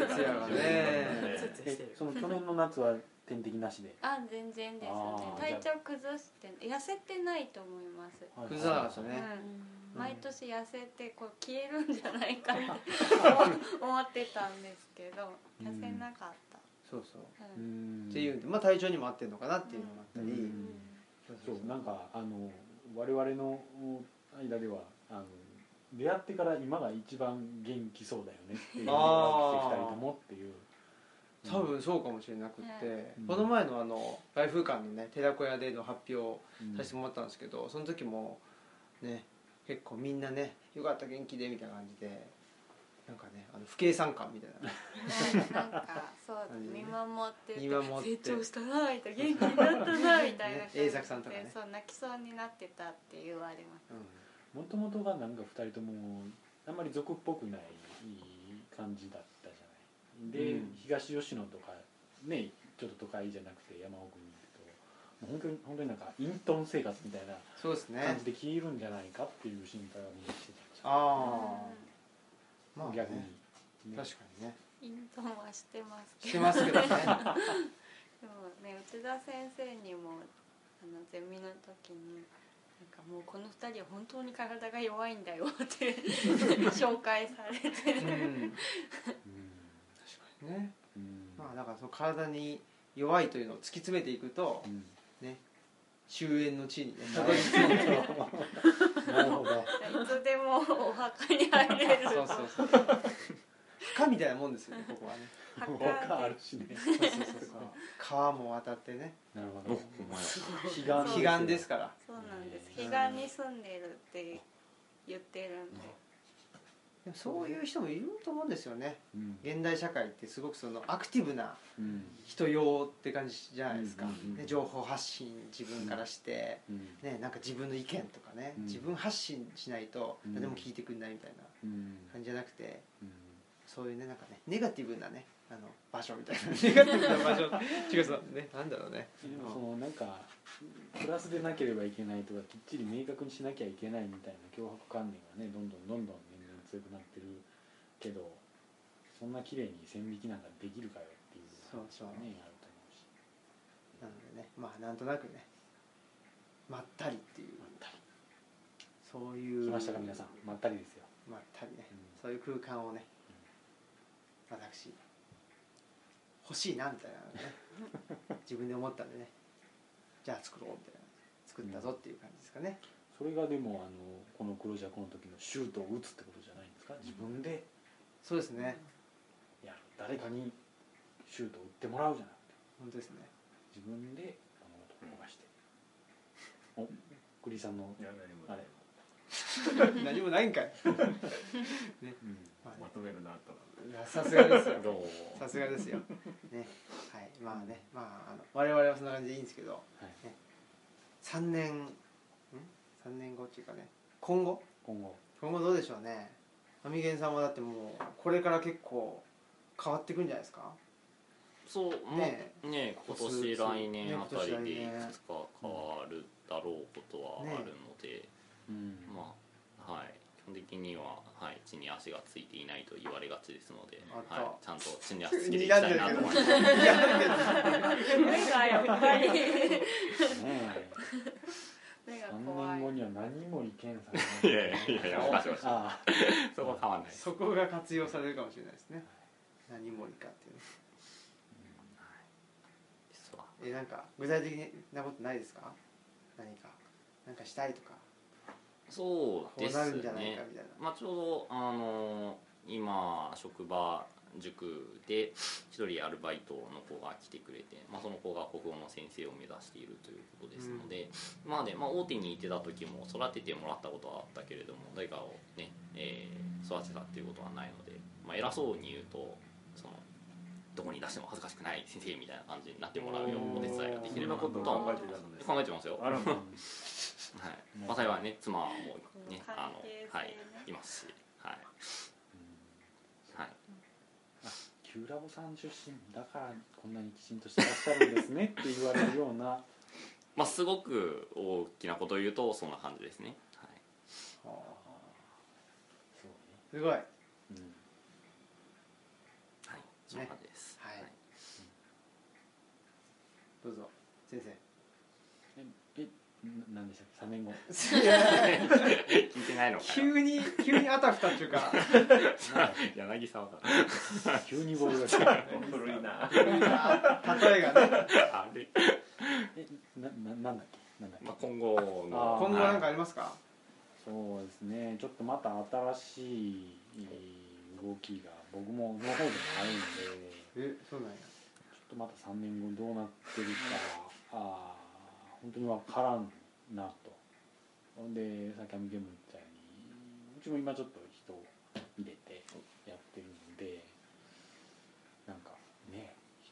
S1: 肌ツヤはね
S3: ツツして
S5: え
S3: る
S5: その去年の夏は点滴なしで
S2: あ全然ですね
S5: あー
S2: 体調崩して痩せてないと思います、
S1: 崩さなかったね
S2: うん
S1: うん
S2: 毎年痩せてこう消えるんじゃないかって 思ってたんですけど痩せなかった、
S1: そうそう
S2: う
S5: うんん
S1: っていうんで、まあ、体調にも合ってるのかなっていうのもあったり、
S5: うん
S1: そうそ
S5: そううなんかあの我々の間ではあの出会ってから今が一番元気そうだよねっていうのが
S1: あー
S5: 来て2人ともっていう
S1: 多分そうかもしれなくって、
S5: うん
S1: この前のあの来風館のね寺子屋での発表
S5: うん
S1: させてもらったんですけどその時もね結構みんなね「よかった元気で」みたいな感じでなんかねあの不敬参観みたいな
S2: なんかそう見守ってて
S1: 見守って
S2: 成長したなみたいな元気になったなみたいな
S1: ね栄作さんとかね
S2: そう泣きそうになってたって言われま
S5: もともとがなんか2人ともあんまり俗っぽくない感じだったじゃないで、
S1: うん
S5: 東吉野とかねちょっと都会じゃなくて山奥に行くともう本当に本当になんか隠遁生活みたいな
S1: そうです
S5: 感
S1: ね
S5: じで消えるんじゃないかっていう心配はみんなしてたじゃ
S1: あ
S5: ん
S1: あ
S5: ま
S1: まあ、
S5: あ
S1: ね、
S5: 逆に、
S1: 確かにね
S2: すイントンはしてますけど
S1: してますけ どね
S2: でもね内田先生にもあのゼミの時に「なんかもうこの2人は本当に体が弱いんだよ」って 紹介されて
S1: うん確かにね
S5: うんうん
S1: まあだからその体に弱いというのを突き詰めていくと
S5: うん
S1: 終焉の地にねたどり着く
S5: なるほど
S2: いつでもお墓に入れ る
S1: そうそうそう墓みたいなもんですよねここはね
S5: 他あるしね
S1: そうそうそうそう川も渡ってね
S5: なる
S4: お
S5: ほ
S4: お
S5: ど
S4: 前
S5: 彼
S2: そう
S1: 彼岸ですから
S2: そうなんです
S1: う
S2: 彼
S1: ん
S2: 岸に住んでるって言ってるんで
S1: でもそういう人もいると思うんですよね
S5: うん
S1: 現代社会ってすごくそのアクティブな
S5: うん
S1: 人用って感じじゃないですか、
S5: うんうんうん
S1: ね情報発信自分からして、
S5: うん
S1: ね、なんか自分の意見とかね、
S5: うん
S1: 自分発信しないと
S5: うん
S1: 誰も聞いてくれないみたいな
S5: うん
S1: 感じじゃなくて
S5: うん
S1: そういうねなんかねネガティブなねあの場所みたいな ネガティブな場所違うそうねなんだろうね
S5: でもそのなんかプラスでなければいけないとかきっちり明確にしなきゃいけないみたいな脅迫観念がねどんどんどんどん年々強くなってるけどそんな綺麗に線引きなんかできるかよっていう
S1: そう
S5: 話
S1: そう
S5: はねあると思うし
S1: なのでねまあなんとなくねまったりっていう
S5: まったり
S1: そういう
S5: 来ましたか皆さんまったりですよ
S1: まったりね、
S5: うん
S1: そういう空間をね、私欲しいなみたいなの ね自分で思ったんでねじゃあ作ろうみたいな作ったぞっていう感じですかね、
S5: それがでもあのこの黒ジャコの時のシュートを打つってことじゃないんですか自分で
S1: そうですね
S5: いや誰かにシュートを打ってもらうじゃなくて
S1: 本当ですね
S5: 自分で物事を動かして、お栗井さんの
S7: いや何も
S5: あれ
S1: 何もない んかい、まあ
S7: ま
S1: ね
S7: とめるなと
S1: いやさすが ですよ
S7: どうも
S1: さすがですよねはいまあねまああの我々はそんな感じでいいんですけど
S5: はい
S1: 3年ん3年後っていうかね今後
S5: 今後
S1: 今後どうでしょうねアミゲンさんはだってもうこれから結構変わっていくんじゃないですか
S4: そう
S1: ね
S4: ねね今年来年あたりでいくつか変わるだろうことはあるので、
S5: うん
S4: まあはい基本的には、はい、地に足がついていないと言われがちですので、
S1: あった
S4: はい、ちゃんと地に足つけていきたいなと思 います
S2: 目がやっぱり
S5: ねえ
S2: 目が
S5: 3
S2: 怖い
S5: 年後 には何森健さんが
S4: いやいやいや おかしいおかしい
S5: あ
S4: そこは変わらないです
S1: そこが活用されるかもしれないですね何盛りかっていうの
S4: 実は
S1: えなんか具体的なことないですか何かなんかしたいとか
S4: そう
S1: こ
S4: で
S1: うな
S4: す
S1: るんじゃない
S4: ね
S1: かみたいな
S4: まあ、ちょうど、あの今職場塾で一人アルバイトの子が来てくれて、まあ、その子が国語の先生を目指しているということですので、まあねまあ、大手にいてた時も育ててもらったことはあったけれども誰かを、ねえー育てたっていうことはないので、まあ、偉そうに言うとそのどこに出しても恥ずかしくない先生みたいな感じになってもらうようなお手伝いができ
S7: そ
S4: れ
S7: ん
S4: ば
S7: な
S4: と
S7: ことを考えてたのです
S4: 考えてますよ。
S7: あらま
S4: はい
S5: ね、
S4: まあ、幸いね妻もね
S2: 関
S4: あ
S2: 係性ね
S4: のはいいますしはい、はい、
S5: キューラボさん出身だからこんなにきちんとしてらっしゃるんですねって言われるような
S4: まあすごく大きなことを言うとそんな感じですね、はい、
S5: そう
S1: すごい
S5: ね、うん
S4: はい、そんな感じです、
S1: はいどうぞ先
S5: ええな何でしたっけ3年後
S1: 生
S4: 聞いてないのかよ
S1: 急に急にあたふたっていうか
S4: 柳沢だ
S5: 急にボールが来た
S7: 古いな
S1: 例えがね
S4: あれ、
S5: えなななんだっけなんだっけ
S4: まあ、今後
S5: あー
S4: の
S1: 今後なんかありますか
S5: そうですねちょっとまた新しい動きが僕もの方でもないんで
S1: えそうなんや
S5: ちょっとまた3年後どうなってるかあー本当に分からんなとほんでさっきアミゲームみたいにうちも今ちょっと人を入れてやってるのでなんかねひ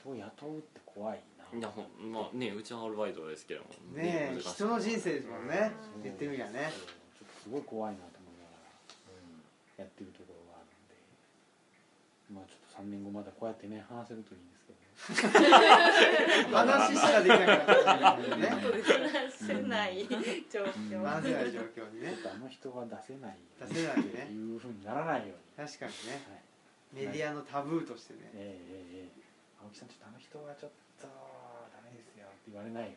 S5: 人を雇うって怖いな
S4: やほんまあねうちはアルバイトですけども
S1: ねえ
S4: 難しい
S1: 人の人生ですもんね
S5: そう
S1: 言ってみりゃね
S5: そうちょっとすごい怖いなと思いながらやってるところがあるんでまあちょっと3年後まだこうやってね話せるといいんですけど
S1: 話しかできなくなってくるんだよね
S3: 本当ですね
S2: せない状況、
S1: 話せない状況に
S5: ちょ
S1: ね
S5: っとあの人は出せないよ
S1: 出せないね
S5: っていうふうにならないように、
S1: 確かにね
S5: はい
S1: メディアのタブーとしてね
S5: ええええええ青木さんちょっとあの人はちょっとダメですよって言われないよう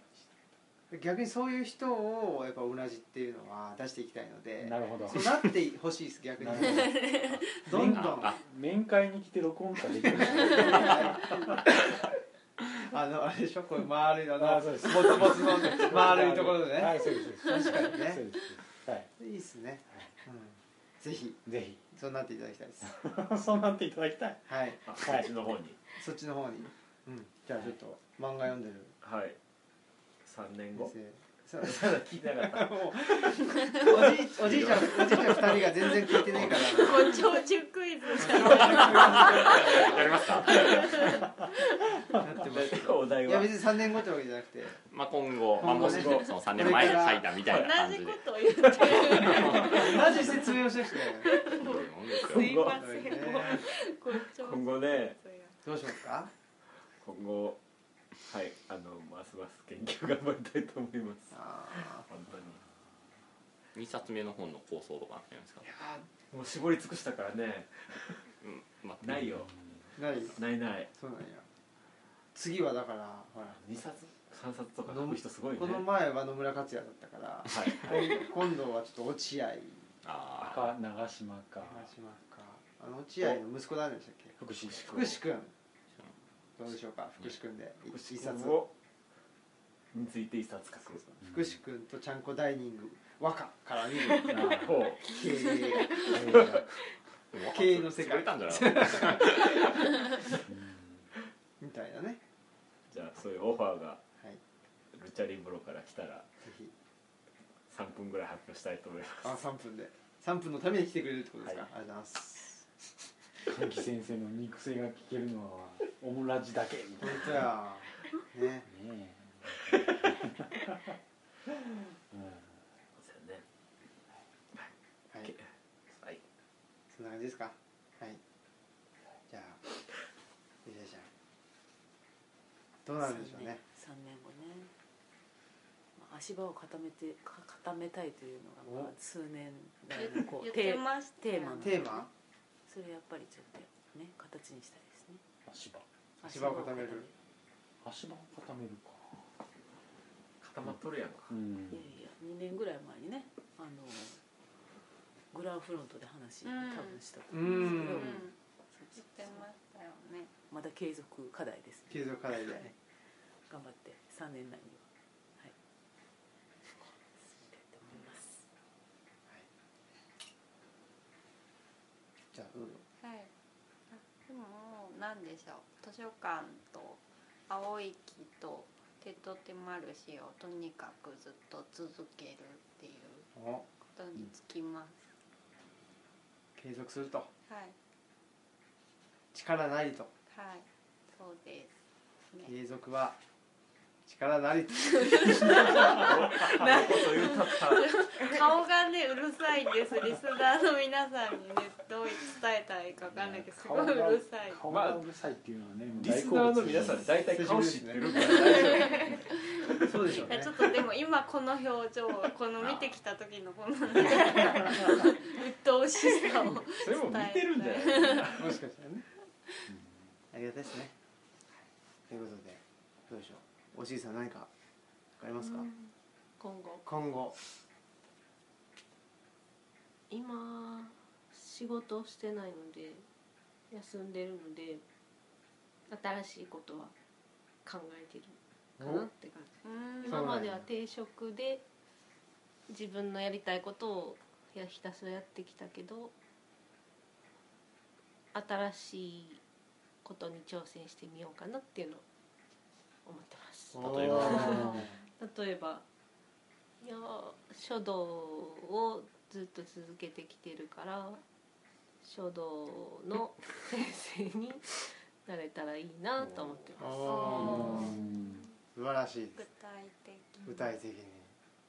S1: 逆にそういう人をやっぱ同じっていうのは出していきたいの
S5: にして
S1: で
S5: なるほど
S1: そうなってほしいです逆に
S5: なるほ
S1: どんどん あ
S5: あ面会に来て録音かでき る
S1: のあれでしょこれ丸いのな
S5: あそうです
S1: ボツボツの 丸いところで
S5: は
S1: ね
S5: いそうですそうです
S1: 確かにね
S5: そうですはい
S1: いいっすね、うん、ぜひ
S5: ぜひ
S1: そうなっていただきたい です
S5: そうなっていただきたい
S1: はい
S7: あこっちの方に
S1: そっちの方に、うん、じゃあちょっと漫画読んでる
S7: はい3年後
S1: 先生そう
S7: ただ聞いてなかった
S1: もうおじいおじいちゃんおじいちゃん2人が全然聞いてないから
S2: ご長寿クイズじゃん
S4: やりますか
S1: なってますけど
S7: お題
S1: いや
S7: は
S1: 別に3年後ってわけじゃなくて
S4: まあ今後まあ
S1: 今後
S4: も
S1: ね
S4: しねその3年前に書いたみたいな感
S2: 同
S4: じ
S2: じ
S4: で
S2: ことを言ってる
S1: 同じ説明をしてきて
S4: ひどいもんですよ
S2: すいませんもう
S1: ね
S2: ご長寿
S7: 今後ね
S2: クイズや
S1: どうしますか
S7: 今後はいあのますます研究頑張りたいと思います
S1: あ
S7: 本当に
S4: 2冊目の本の構想とかありますか
S7: いやーもう絞り尽くしたからね
S4: うんまあ
S7: ないよ
S1: ーない
S7: ないない
S1: そうなんや次はだからほら
S7: 2冊3冊とか飲む人すごいね
S1: この前は野村克也だったから
S7: はいはい
S1: 今度はちょっと落合
S4: ああ
S5: 赤長島か
S1: 話しますかあの落合の息子なんでしたっけ
S5: 福祉
S1: 福士くんどうでしょうか福士くんで
S7: 福
S1: 一
S7: 祉
S1: 一冊
S7: 君をについて1冊書く
S1: 福士くんとちゃんこダイニング和歌から見る
S7: ほう
S1: 経営経営の世界
S4: 潰れたんじゃないか
S1: みたいなね
S7: じゃあそういうオファーが
S1: はい
S7: ルチャリブロから来たら
S1: ぜひ
S7: 3分ぐらい発表したいと思います
S1: あ三分で三分のために来てくれるってことですか、
S7: はい
S1: ありがとうございます
S5: 歓喜先生の肉声が聞けるのはオムラジだけみたい
S1: 本当やね
S5: なねえ、う
S7: そうだよね
S1: はい
S7: はい
S1: そんな感じですかはいじゃあよしよしどうなるんでしょうね
S3: 3年後ねまあ足場を固めてか固めたいというのがまあ数年来のこう
S2: 言って
S3: テー
S2: ま
S3: マ
S2: したよね
S3: テーマの
S1: テーマ
S3: それやっぱりちょっとね形にしたいですね
S5: ん、足場
S1: 足場を固める
S5: 足場を固めるか
S7: 固まっとるやん
S5: う
S7: か
S5: ん
S3: いやいや2年ぐらい前にねあのグランフロントで
S2: う
S3: 話、
S2: ん
S3: 多分したと
S1: う
S3: 思うんで
S2: う
S3: す
S2: ん
S1: ん
S3: けど
S2: 言ってましたよね
S3: まだ継続課題です、
S1: 継続課題で
S3: 頑張って3年内にははい進めたいと思います
S1: じゃあどうぞ
S2: はい。あでも何でしょう。図書館と青い木とテトテマルシをとにかくずっと続けるっていう
S1: お
S2: ことにつきます。
S1: 継続すると
S2: はい
S1: 力なりと
S2: はい。そうですね。
S1: 継続は力なりと
S7: なこと言うたった
S2: 顔がねうるさいんです。リスナーの皆さんにねどう伝えたらいいかわかんないけどすご
S5: 顔が
S2: いうるさい。
S5: 顔がうるさいっていうのはね、もう
S7: リ
S5: 大
S7: ス
S5: 好
S7: ナー
S5: 物
S7: の皆さん大体顔知ってるから
S1: そうでしょう
S2: いや
S1: ね
S2: ちょっとでも今この表情この見てきた時のこのね鬱陶しさを
S7: それも見てるんじゃない
S1: もしかしたらねありがたいですねということでどうでしょうおじいさん何かありますか、
S3: 今後
S1: 今後
S8: 今仕事をしてないので休んでるので新しいことは考えてるかなって感
S2: う
S8: じ
S2: ん
S1: そう
S8: 今
S1: なんや
S8: までは定職で自分のやりたいことをやひたすらやってきたけど新しいことに挑戦してみようかなっていうのを思ってます
S4: 例えば
S5: あ
S8: 例えばいや書道をずっと続けてきてるから書道の先生になれたらいいなと思 ってます
S1: おー
S5: ーうん
S1: 素晴らしいで
S2: 具
S1: す
S2: 体的
S1: 具体的に、ね、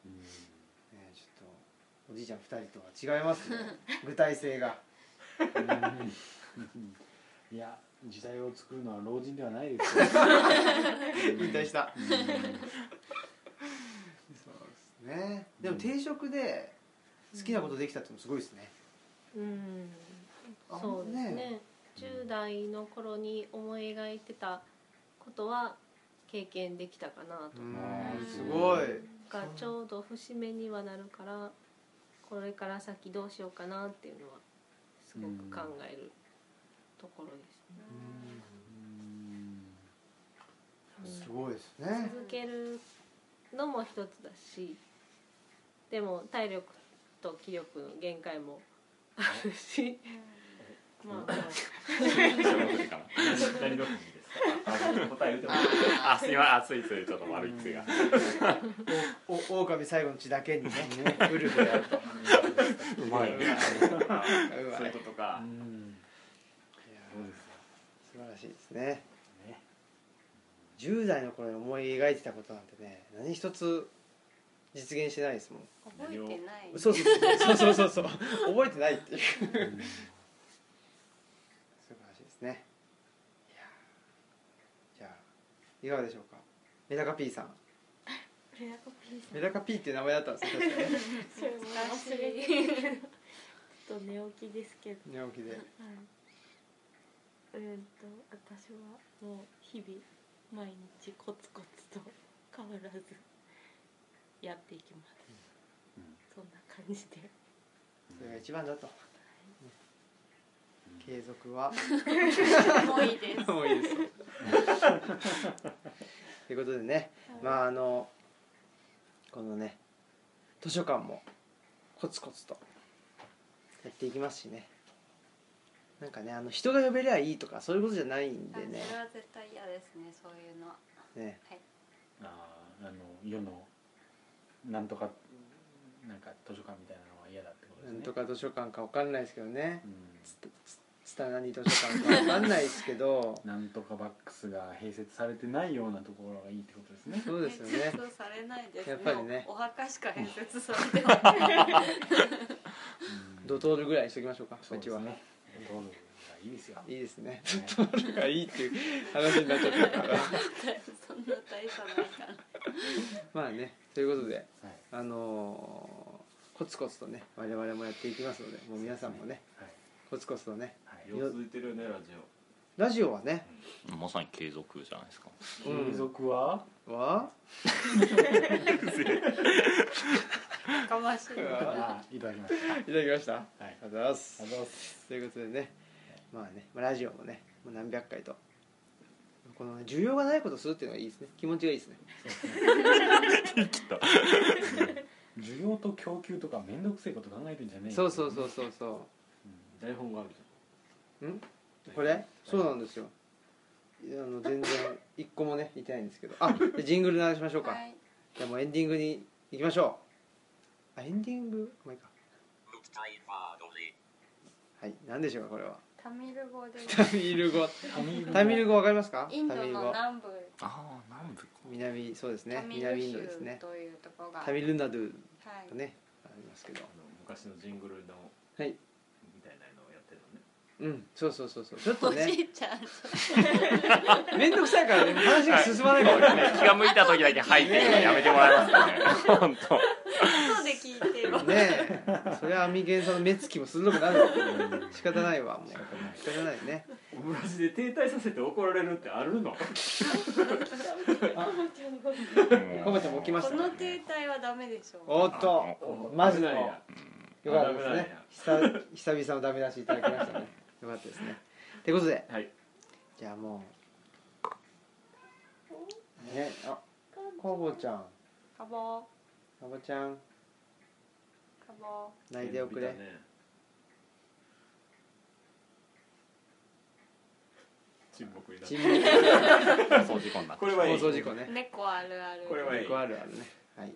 S5: うん
S1: ちょっとおじいちゃん2人とは違い ますね具体性が
S5: いや時代を作るのは老人ではないですよ引
S1: 引退した
S5: うん
S1: そうですねでも定食で好きなことできたってのもすごいですね、
S8: うん
S1: あ
S8: そうですね
S1: ね
S8: 10代の頃に思い描いてたことは経験できたかな
S1: う
S8: と思
S1: んすごい
S8: がちょうど節目にはなるからこれから先どうしようかなっていうのはすごく考えるところで
S5: うん
S8: す
S1: す
S8: ね、
S1: ごいですね
S8: 続けるのも一つだしでも体力と気力の限界もあるし
S3: ま あ
S4: そういうことかな
S7: 何の国ですかあ答え言うてもいい
S4: あすいません暑いというちょっと悪い癖が
S1: おお狼最後の血だけにねウルフであ ると
S4: うまいね
S1: うまい
S4: そういうことか
S5: うん
S1: いや
S5: そうです
S1: 素晴らしいですね
S5: よね
S1: 10代の頃に思い描いてたことなんてね何一つ実現してないですもん
S2: 覚えてない
S1: そうそうそうそうそうそう覚えてないっていう素晴らしいですねいやじゃあいかがでしょうかメダカ P さん
S2: レアコピーさん
S1: メダカ P っていう名前だったんですよ確かね
S8: それも忘れて
S2: 懐かしいちょっと寝起きですけど
S1: 寝起きで
S2: はい。うーんと私はもう日々毎日コツコツと変わらずやっていきます。
S5: うん
S2: そんな感じで。
S1: それが一番だと継続は
S2: もういいで す。
S1: もういいですということでねまああのこのね図書館もコツコツとやっていきますしねなんかねあの人が呼べりゃいいとかそういうことじゃないんでね
S2: それは絶対嫌ですね。そういうのは。
S1: ね
S5: あーあの世のなんとかなんか図書館みたいなのは嫌だってことで
S1: な
S5: す
S1: ん
S5: ね
S1: とか図書館かわかんないですけどね
S5: うん
S1: つたなに図書館かわかんないですけど
S5: なんとかバックスが併設されてないようなところがいいってことですね
S1: そうですよね
S2: 設されないです。
S1: やっぱりね
S2: もうお墓しか併設されてない。
S1: ドトールぐらいにしときましょうか
S5: そう
S1: う
S5: で
S1: ち
S5: す
S1: は
S5: ねドトールがいいですよ
S1: いいですねドトールがいいっていう話になっちゃったから
S2: そんな大差ないから。
S1: まあねということで
S5: はい
S1: あのーコツコツとね我々もやっていきますのでもう皆さんもねコツコツとね
S5: はい
S7: よう続いてるよねラジオ
S1: ラジオはね
S4: まさに継続じゃないですか
S1: うん
S5: 継続は
S1: は
S2: かましいな。
S1: う
S5: あいただきましたあ
S1: いただきましたあ
S5: はい
S1: りがとうございます
S5: りがとうございます
S1: ということでねまあねまあラジオもねもう何百回とこのね需要がないことをするっていうのがいいですね気持ちがいいですね
S5: 需要と供給とかめんどくせえこと考えてんじゃねえよ
S1: そうそうそうそうそ
S5: うん
S7: 台本がある
S1: うこれそうなんですよいやあの全然一個もね言ってないんですけどあでジングル流しましょうか
S2: はい。
S1: じゃあもうエンディングに行きましょうあエンディングまあいいか
S6: 肉体バードで
S1: はい何でしょうかこ れは
S2: タミル語で
S1: タミル語
S5: タミル語
S1: タミル語わかりますか
S2: インド
S1: タミル
S2: の
S1: 語
S2: 南部
S4: ああ南部
S1: 南そうです
S2: タ
S1: ね
S2: ミル
S1: 南イン
S2: 州
S1: ドですね
S2: というところが。
S1: タミルナドゥ
S2: はい
S1: と。ねありますけど
S7: あの昔のジングルの
S1: はい
S7: みたいなのをやってるのね
S1: うんそうそうそうそうちょっと
S2: おじ
S1: ね
S2: いちゃんと
S1: 面倒くさいから ね話が進まないからね
S4: 気が向いた時だけ入っていうのやめてもらえますかね本当
S2: 後で聞いてよ。
S1: ねえそれはアミゲンさんの目つきも鋭くなるわ仕方ないわもう仕方ないね
S7: オムラジで停滞させて怒られるってあるの
S1: コバちゃんも起きまし
S2: こ
S1: た
S2: の停滞はダメでしょう。
S1: おっと マジのよかったですね久久々のダメ出しいただきましたねよかったですねということで
S7: はい
S1: じゃあもうねあコボちゃん
S2: カボー
S1: コボちゃん
S2: カボ
S1: 泣いておくれ
S7: ね
S9: 沈黙になって
S1: 沈黙
S4: 放送事故になってしまう
S9: これはいい
S1: 放送事故ね
S2: 猫あるある
S9: これはいい
S1: 結構あるあるねはい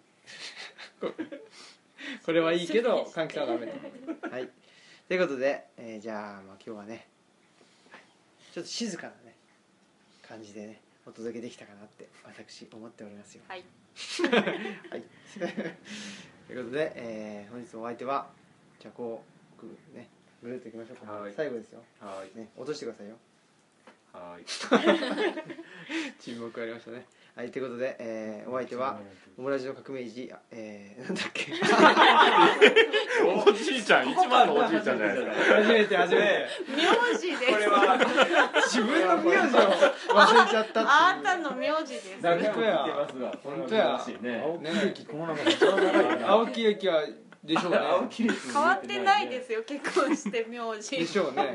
S1: これはいいけど換気はダメはいということで、えーじゃあまあ今日はねちょっと静かなね感じでねお届けできたかなって私思っておりますよ
S2: はい
S1: はいということで、えー本日のお相手はじゃあこうグーねぐるっといきましょうか、
S9: はい
S1: 最後ですよ、
S9: はい
S1: ね、落としてくださいよ
S9: はい
S1: 沈黙ありましたねはいということで、えーお相手はオムラジの革命児あえー、なんだっけ
S4: おじいちゃん一番のおじいちゃん じゃないですか
S1: 初めて初めて
S2: 名字です
S9: これは
S1: 自分の名字を忘れちゃったっていう
S2: あんたの名字です
S1: だけや本当や
S5: 青木由紀この中で一番長いな
S1: 青木ゆきはでしょうね
S2: 変わってないですよ結婚して名
S1: で
S2: 字
S1: しょうね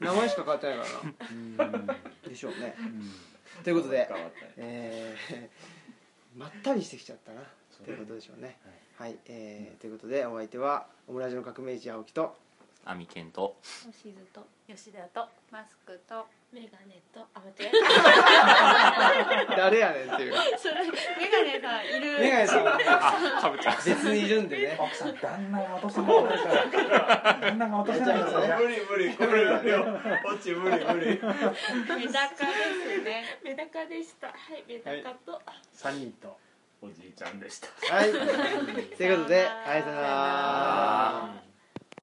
S1: 名前しか変わってないからな
S5: うん
S1: でしょうね
S5: うん
S1: ということで
S9: 変わったね
S1: えーまったりしてきちゃったなということでしょうねはい、えーということでお相手はオムラジの革命児青木と
S4: アミケンと
S8: おしずと
S3: 吉田と
S2: マスクと
S8: メガネとあ間違
S1: 誰 やねんっていう
S2: それメガネさんいる
S1: メガネさんはね
S4: あかぶちゃん
S1: 別にいるんで ね
S5: 奥さん旦那が落とせないから旦那が落とせないから
S9: 無理無理これ無理落ち無理無理
S2: メダカですね
S8: メダカでしたはいメダカと、
S5: 3人と
S9: おじいちゃんでした
S1: はいということではいさよなら
S2: あー